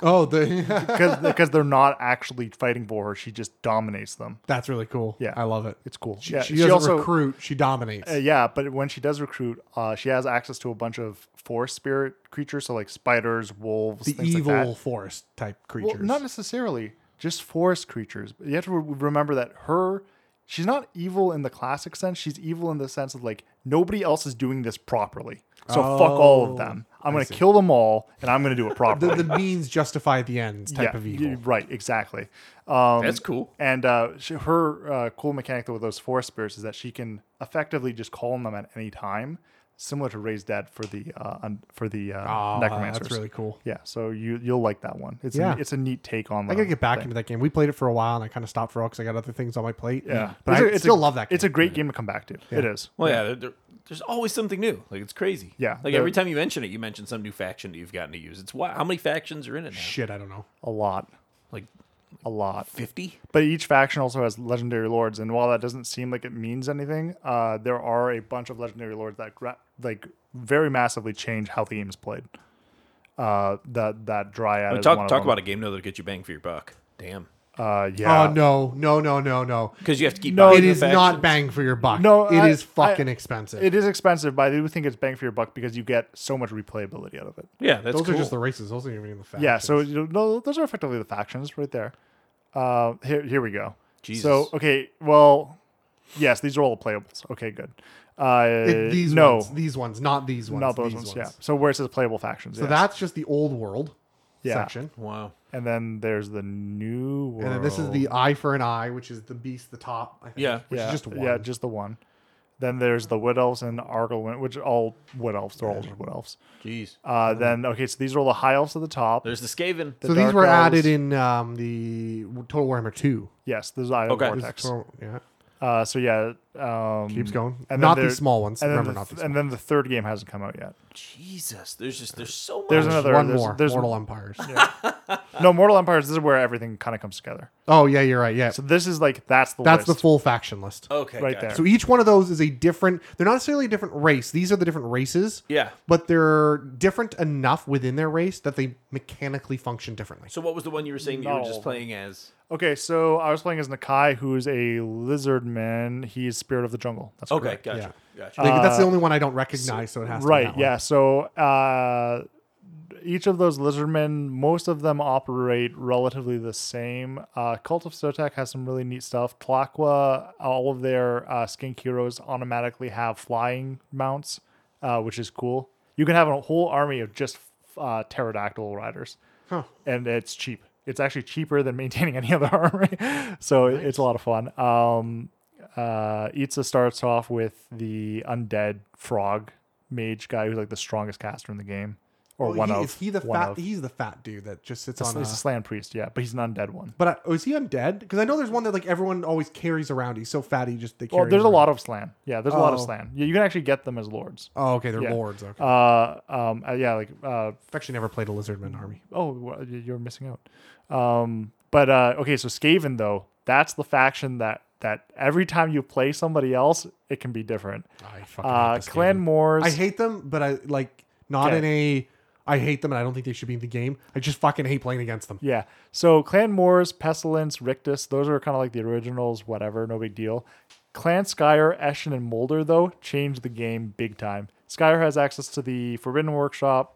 oh, the because because they're not actually fighting for her. She just dominates them. that's really cool. Yeah. I love it. It's cool. She, yeah, she doesn't recruit. She dominates. Uh, yeah, but when she does recruit, uh, she has access to a bunch of forest spirit creatures, so like spiders, wolves, the things like that. evil forest type creatures. Well, not necessarily just forest creatures. You have to re- remember that her, she's not evil in the classic sense. She's evil in the sense of like nobody else is doing this properly. So fuck all Oh, of them. I'm I gonna see. kill them all, and I'm gonna do it the, properly. the means justify the ends type of y- evil. right? Exactly. Um, That's cool. And uh, she, her uh, cool mechanic with those forest spirits is that she can effectively just call on them at any time, similar to Raise Dead for the uh, un- for the uh, Ah, necromancers. That's really cool. Yeah, so you you'll like that one. It's Yeah. a, it's a neat take on. I that. gotta get back into that game. We played it for a while, and I kind of stopped for a while because I got other things on my plate. Yeah, but I a- still a, love that. Game. It's a great game to come back to. It is. Well, yeah, there, there, there's always something new. Like it's crazy. Yeah, Like the- every time you mention it, you mention some new faction that you've gotten to use. It's wow, how many factions are in it now? shit. I don't know. a lot, Like a lot. fifty. But each faction also has legendary lords, and while that doesn't seem like it means anything, uh, there are a bunch of legendary lords that gra- like very massively change how the game is played. Uh, that that dryad. is one Talk of talk them. about a game though that'll get you bang for your buck. Damn. Uh, yeah. Oh no, no, no, no, no. because you have to keep. No, buying It the is not factions. bang for your buck. No, it is I- fucking I- expensive. It is expensive, but I do think it's bang for your buck because you get so much replayability out of it. Yeah, that's Those cool. are just the races. Those aren't even in the factions. Yeah, so you know, those are effectively the factions right there. Uh, here, here we go. Jesus. So okay, well, yes, these are all playables. Okay, good. Uh, It- these no, ones, these ones, not these ones. not those these ones, Yeah. So where it says playable factions, So yes. that's just the old world Yeah. section, wow. and then there's the new world. and then this is the eye for an eye, which is the beast, the top. I think, Yeah. which yeah, is just one. yeah, just the one. Then there's the wood elves and the Argolwin, which are all wood elves. They're all just wood elves. Jeez. Uh, then okay, so these are all the high elves at the top. There's the Skaven. so the these Dark were Elves. added in um, the Total Warhammer Two. yes, there's Eye Okay. of This Vortex. Total- yeah, Uh, so yeah, um, keeps going. and not then these there- small ones. And then, Remember, the, not these. th- and small then the third game hasn't come out yet. Jesus. There's just there's so much. There's ones. another- one there's- more. there's- Mortal Empires. No, Mortal Empires. This is where everything kind of comes together. Oh yeah, you're right. Yeah, So this is like that's the that's the list. full faction list. okay. right gotcha. there. So each one of those is a different. They're not necessarily a different race. These are the different races. Yeah. But they're different enough within their race that they mechanically function differently. So what was the one you were saying that you were No. just playing as? Okay, so I was playing as Nakai, who's a lizard man. He's spirit of the jungle. That's Okay, correct. gotcha. Gotcha. Like, that's the only one I don't recognize, so, it has to Uh, Right. Be that Yeah. So uh, each of those lizard men, most of them operate relatively the same. Uh, Cult of Sotek has some really neat stuff. Tlaqua, all of their uh, skink heroes automatically have flying mounts, uh, which is cool. You can have a whole army of just uh, pterodactyl riders, Huh. and it's cheap. It's actually cheaper than maintaining any other army, so it- it's a lot of fun. Um, uh, Itza starts off with the undead frog mage guy who's like the strongest caster in the game, or Well, one Oh, he, of. Is he the one fat? of. He's the fat dude that just sits on. He's A, a slant priest, yeah, but he's an undead one. but I, oh, is he undead? Because I know there's one that like everyone always carries around. He's so fat, he just they. Carry Well, there's him a around. lot of slan. Yeah, there's a lot of Oh. slan. Yeah, you can actually get them as lords. Oh, okay, they're Yeah. lords. Okay, Uh, um, uh, yeah, like uh, I've actually never played a lizardman army. oh, well, you- you're missing out. Um, but uh, okay, so Skaven though, that's the faction that that every time you play somebody else, it can be different. I fucking hate Uh, this Clan game. Moors. I hate them, but I like not Okay. in a. I hate them, and I don't think they should be in the game. I just fucking hate playing against them. Yeah. So Clan Moors, Pestilence, Rictus, those are kind of like the originals, whatever, no big deal. Clan Skyr, Eshin, and Molder, though, changed the game big time. Skyr has access to the Forbidden Workshop,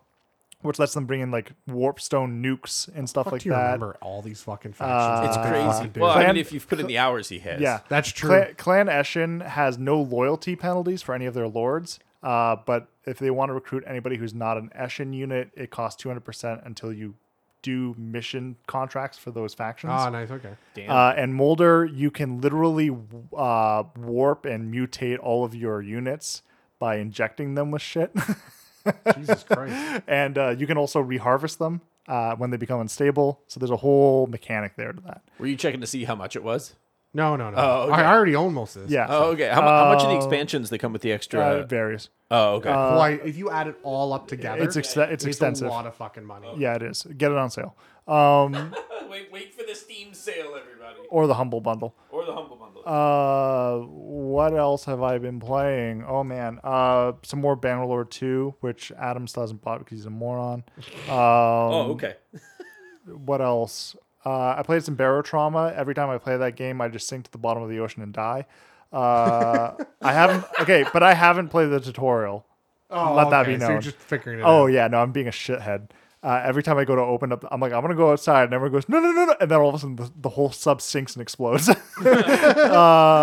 which lets them bring in like warpstone nukes and stuff Fuck like do you that. remember all these fucking factions? It's Uh, It's crazy. dude. well, I Clan- mean, if you've put in the hours he has. Yeah. That's true. Clan, Clan Eshin has no loyalty penalties for any of their lords, uh, but if they want to recruit anybody who's not an Eshin unit, it costs 200% until you do mission contracts for those factions. Ah, nice. Okay. Damn. Uh, and Molder, you can literally uh, warp and mutate all of your units by injecting them with shit. Jesus Christ. and uh, you can also reharvest them uh, when they become unstable. So there's a whole mechanic there to that. Were you checking to see how much it was? No, no, no. Oh, okay. I already own most of this. Yeah. Oh, okay. How, mu- how much of the expansions that come with the extra? Uh, it varies. oh, okay. Why, if you add it all up together, It's, ex- it's extensive. a lot of fucking money. Yeah, it is. Get it on sale. Um, wait, wait for the Steam sale, everybody, or the Humble Bundle. or the Humble Bundle. Uh, what else have I been playing? Oh man, uh, some more Bannerlord 2, which Adam still hasn't bought because he's a moron. oh, okay. what else? Uh, I played some Barotrauma. Every time I play that game, I just sink to the bottom of the ocean and die. Uh, I haven't. Okay, but I haven't played the tutorial. Oh, Let that okay, be So you're known. just figuring it Oh out. yeah, no, I'm being a shithead. Uh, every time I go to open up, I'm like, I'm gonna go outside, and everyone goes, no, no, no, no, and then all of a sudden the, the whole sub sinks and explodes. uh,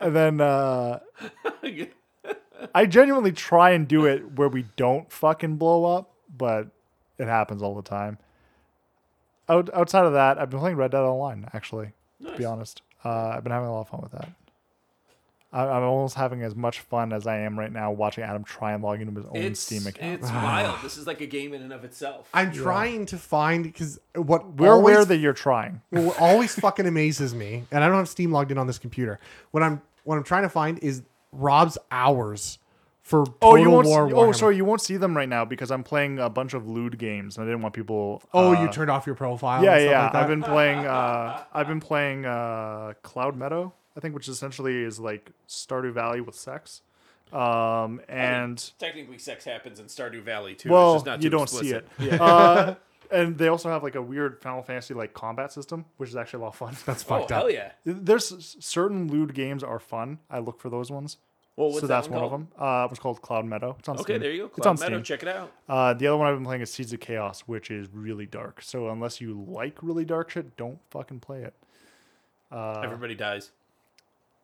and then uh, I genuinely try and do it where we don't fucking blow up, but it happens all the time. Out, outside of that, I've been playing Red Dead Online actually. To be honest, uh, I've been having a lot of fun with that. I, I'm almost having as much fun as I am right now watching Adam try and log into his own It's Steam account. it's wild. This is like a game in and of itself. I'm trying to find because what We're always, aware that you're trying. what always fucking amazes me, and I don't have Steam logged in on this computer. What I'm what I'm trying to find is Rob's hours for Oh, you Total won't. War see, oh, Warhammer. sorry, you won't see them right now because I'm playing a bunch of lewd games, and I didn't want people. Oh, uh, you turned off your profile. yeah, and stuff yeah. Like that? I've been playing. Uh, I've been playing uh, Cloud Meadow, I think, which essentially is like Stardew Valley with sex. Um, and Technically, sex happens in Stardew Valley too. it's well, just not you too don't see explicit. it. Uh, and they also have like a weird Final Fantasy like combat system, which is actually a lot of fun. That's Oh, fucked up. hell yeah. There's s- certain lewd games are fun. I look for those ones. Well, what's so that that's one one, of them. Uh, it was called Cloud Meadow. It's on Okay, Steam. there you go. it's on Cloud Meadow, Steam. check it out. Uh, the other one I've been playing is Seeds of Chaos, which is really dark. So unless you like really dark shit, don't fucking play it. Uh, Everybody dies.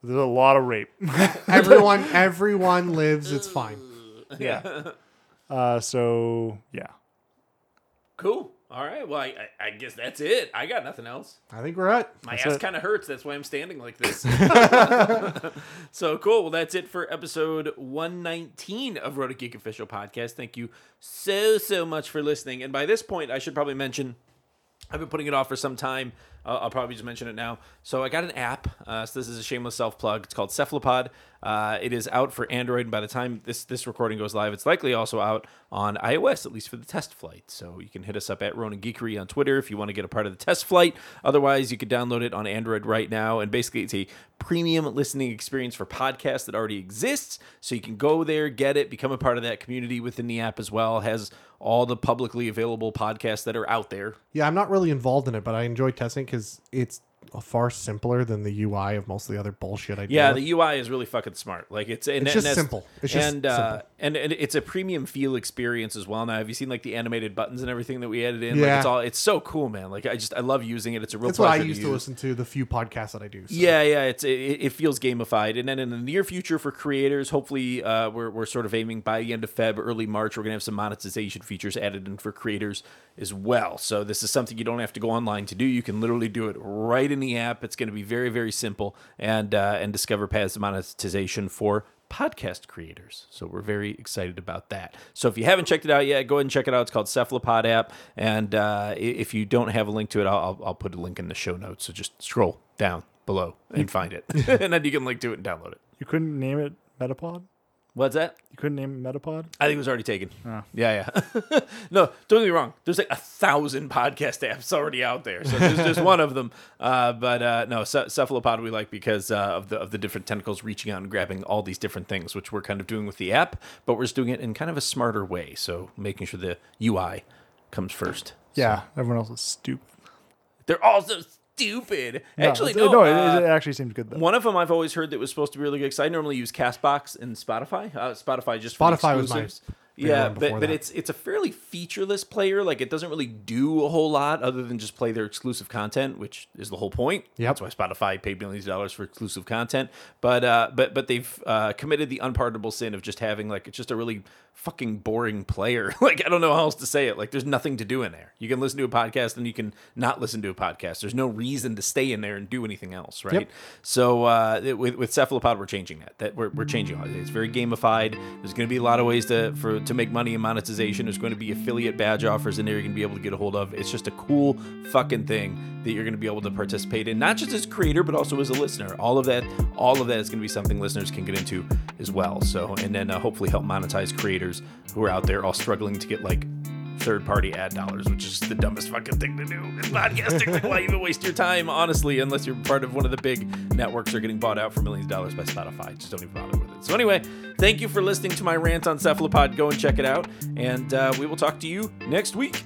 There's a lot of rape. Everyone, everyone lives. It's fine. yeah. Uh, so yeah, Cool. All right. Well, I, I, I guess that's it. I got nothing else. I think we're at. My That's ass it. kind of hurts. That's why I'm standing like this. so cool. Well, that's it for episode 119 of Roto Geek Official Podcast. Thank you so, so much for listening. And by this point, I should probably mention I've been putting it off for some time. Uh, I'll probably just mention it now. So I got an app. Uh, so this is a shameless self plug. It's called Cephalopod. Uh, it is out for Android. And by the time this this recording goes live, it's likely also out on iOS, at least for the test flight. So you can hit us up at Ronan Geekery on Twitter if you want to get a part of the test flight. Otherwise, you could download it on Android right now. And basically, it's a premium listening experience for podcasts that already exists. So you can go there, get it, become a part of that community within the app as well. It has all the publicly available podcasts that are out there. Yeah, I'm not really involved in it, but I enjoy testing because it's far simpler than the UI of most of the other bullshit I do. Yeah, the UI is really fucking smart. Like it's and, and It's just that's- simple. It's just and, uh, simple. And, and it's a premium feel experience as well. Now, have you seen like the animated buttons and everything that we added in? Like Yeah. it's all it's so cool, man. Like I just I love using it. It's a real That's what pleasure I used to use. listen to. The few podcasts that I do. so. Yeah, yeah, it's it, it feels gamified, and then in the near future for creators, hopefully, uh, we're we're sort of aiming by the end of Feb, early March, we're gonna have some monetization features added in for creators as well. So this is something you don't have to go online to do; you can literally do it right in the app. It's gonna be very very simple, and uh, and discover paths to monetization for podcast creators. So we're very excited about that. So if you haven't checked it out yet, go ahead and check it out. It's called Cephalopod app. And uh, i- if you don't have a link to it, I'll, I'll, I'll put a link in the show notes. So just scroll down below and find it. and then you can link to it and download it. you couldn't name it Metapod. What's that? You couldn't name it Metapod. I think it was already taken. Yeah, yeah. no, don't get me wrong. There's like a thousand podcast apps already out there, so there's just one of them. Uh, but uh, no, ce- cephalopod we like because uh, of the of the different tentacles reaching out and grabbing all these different things, which we're kind of doing with the app, but we're just doing it in kind of a smarter way. So making sure the UI comes first. Yeah, everyone else is stupid. They're all so stupid. No, Actually, it's- no. it- uh, it, it actually seems good though. One of them I've always heard that was supposed to be really good because I normally use Castbox and Spotify. Uh, Spotify just for the Spotify was my exclusives. big yeah, one before but, but that. it's it's a fairly featureless player. Like it doesn't really do a whole lot other than just play their exclusive content, which is the whole point. Yep. That's why Spotify paid millions of dollars for exclusive content. But uh, but but they've uh, committed the unpardonable sin of just having like it's just a really fucking boring player. like I don't know how else to say it. Like there's nothing to do in there. You can listen to a podcast and you can not listen to a podcast. There's no reason to stay in there and do anything else, right? Yep. So uh, it- with, with Cephalopod, we're changing that. That we're, we're changing all. It's very gamified. There's going to be a lot of ways to for to make money and monetization. There's going to be affiliate badge offers in there you're going to be able to get a hold of. It's just a cool fucking thing that you're going to be able to participate in, not just as creator but also as a listener. All of that, all of that is going to be something listeners can get into as well. So and then uh, hopefully help monetize creators who are out there all struggling to get like third party ad dollars, which is the dumbest fucking thing to do in podcasting. like, why even waste your time, honestly, unless you're part of one of the big networks that are getting bought out for millions of dollars by Spotify. Just don't even bother with it. So, anyway, thank you for listening to my rant on Cephalopod. Go and check it out, and uh, we will talk to you next week.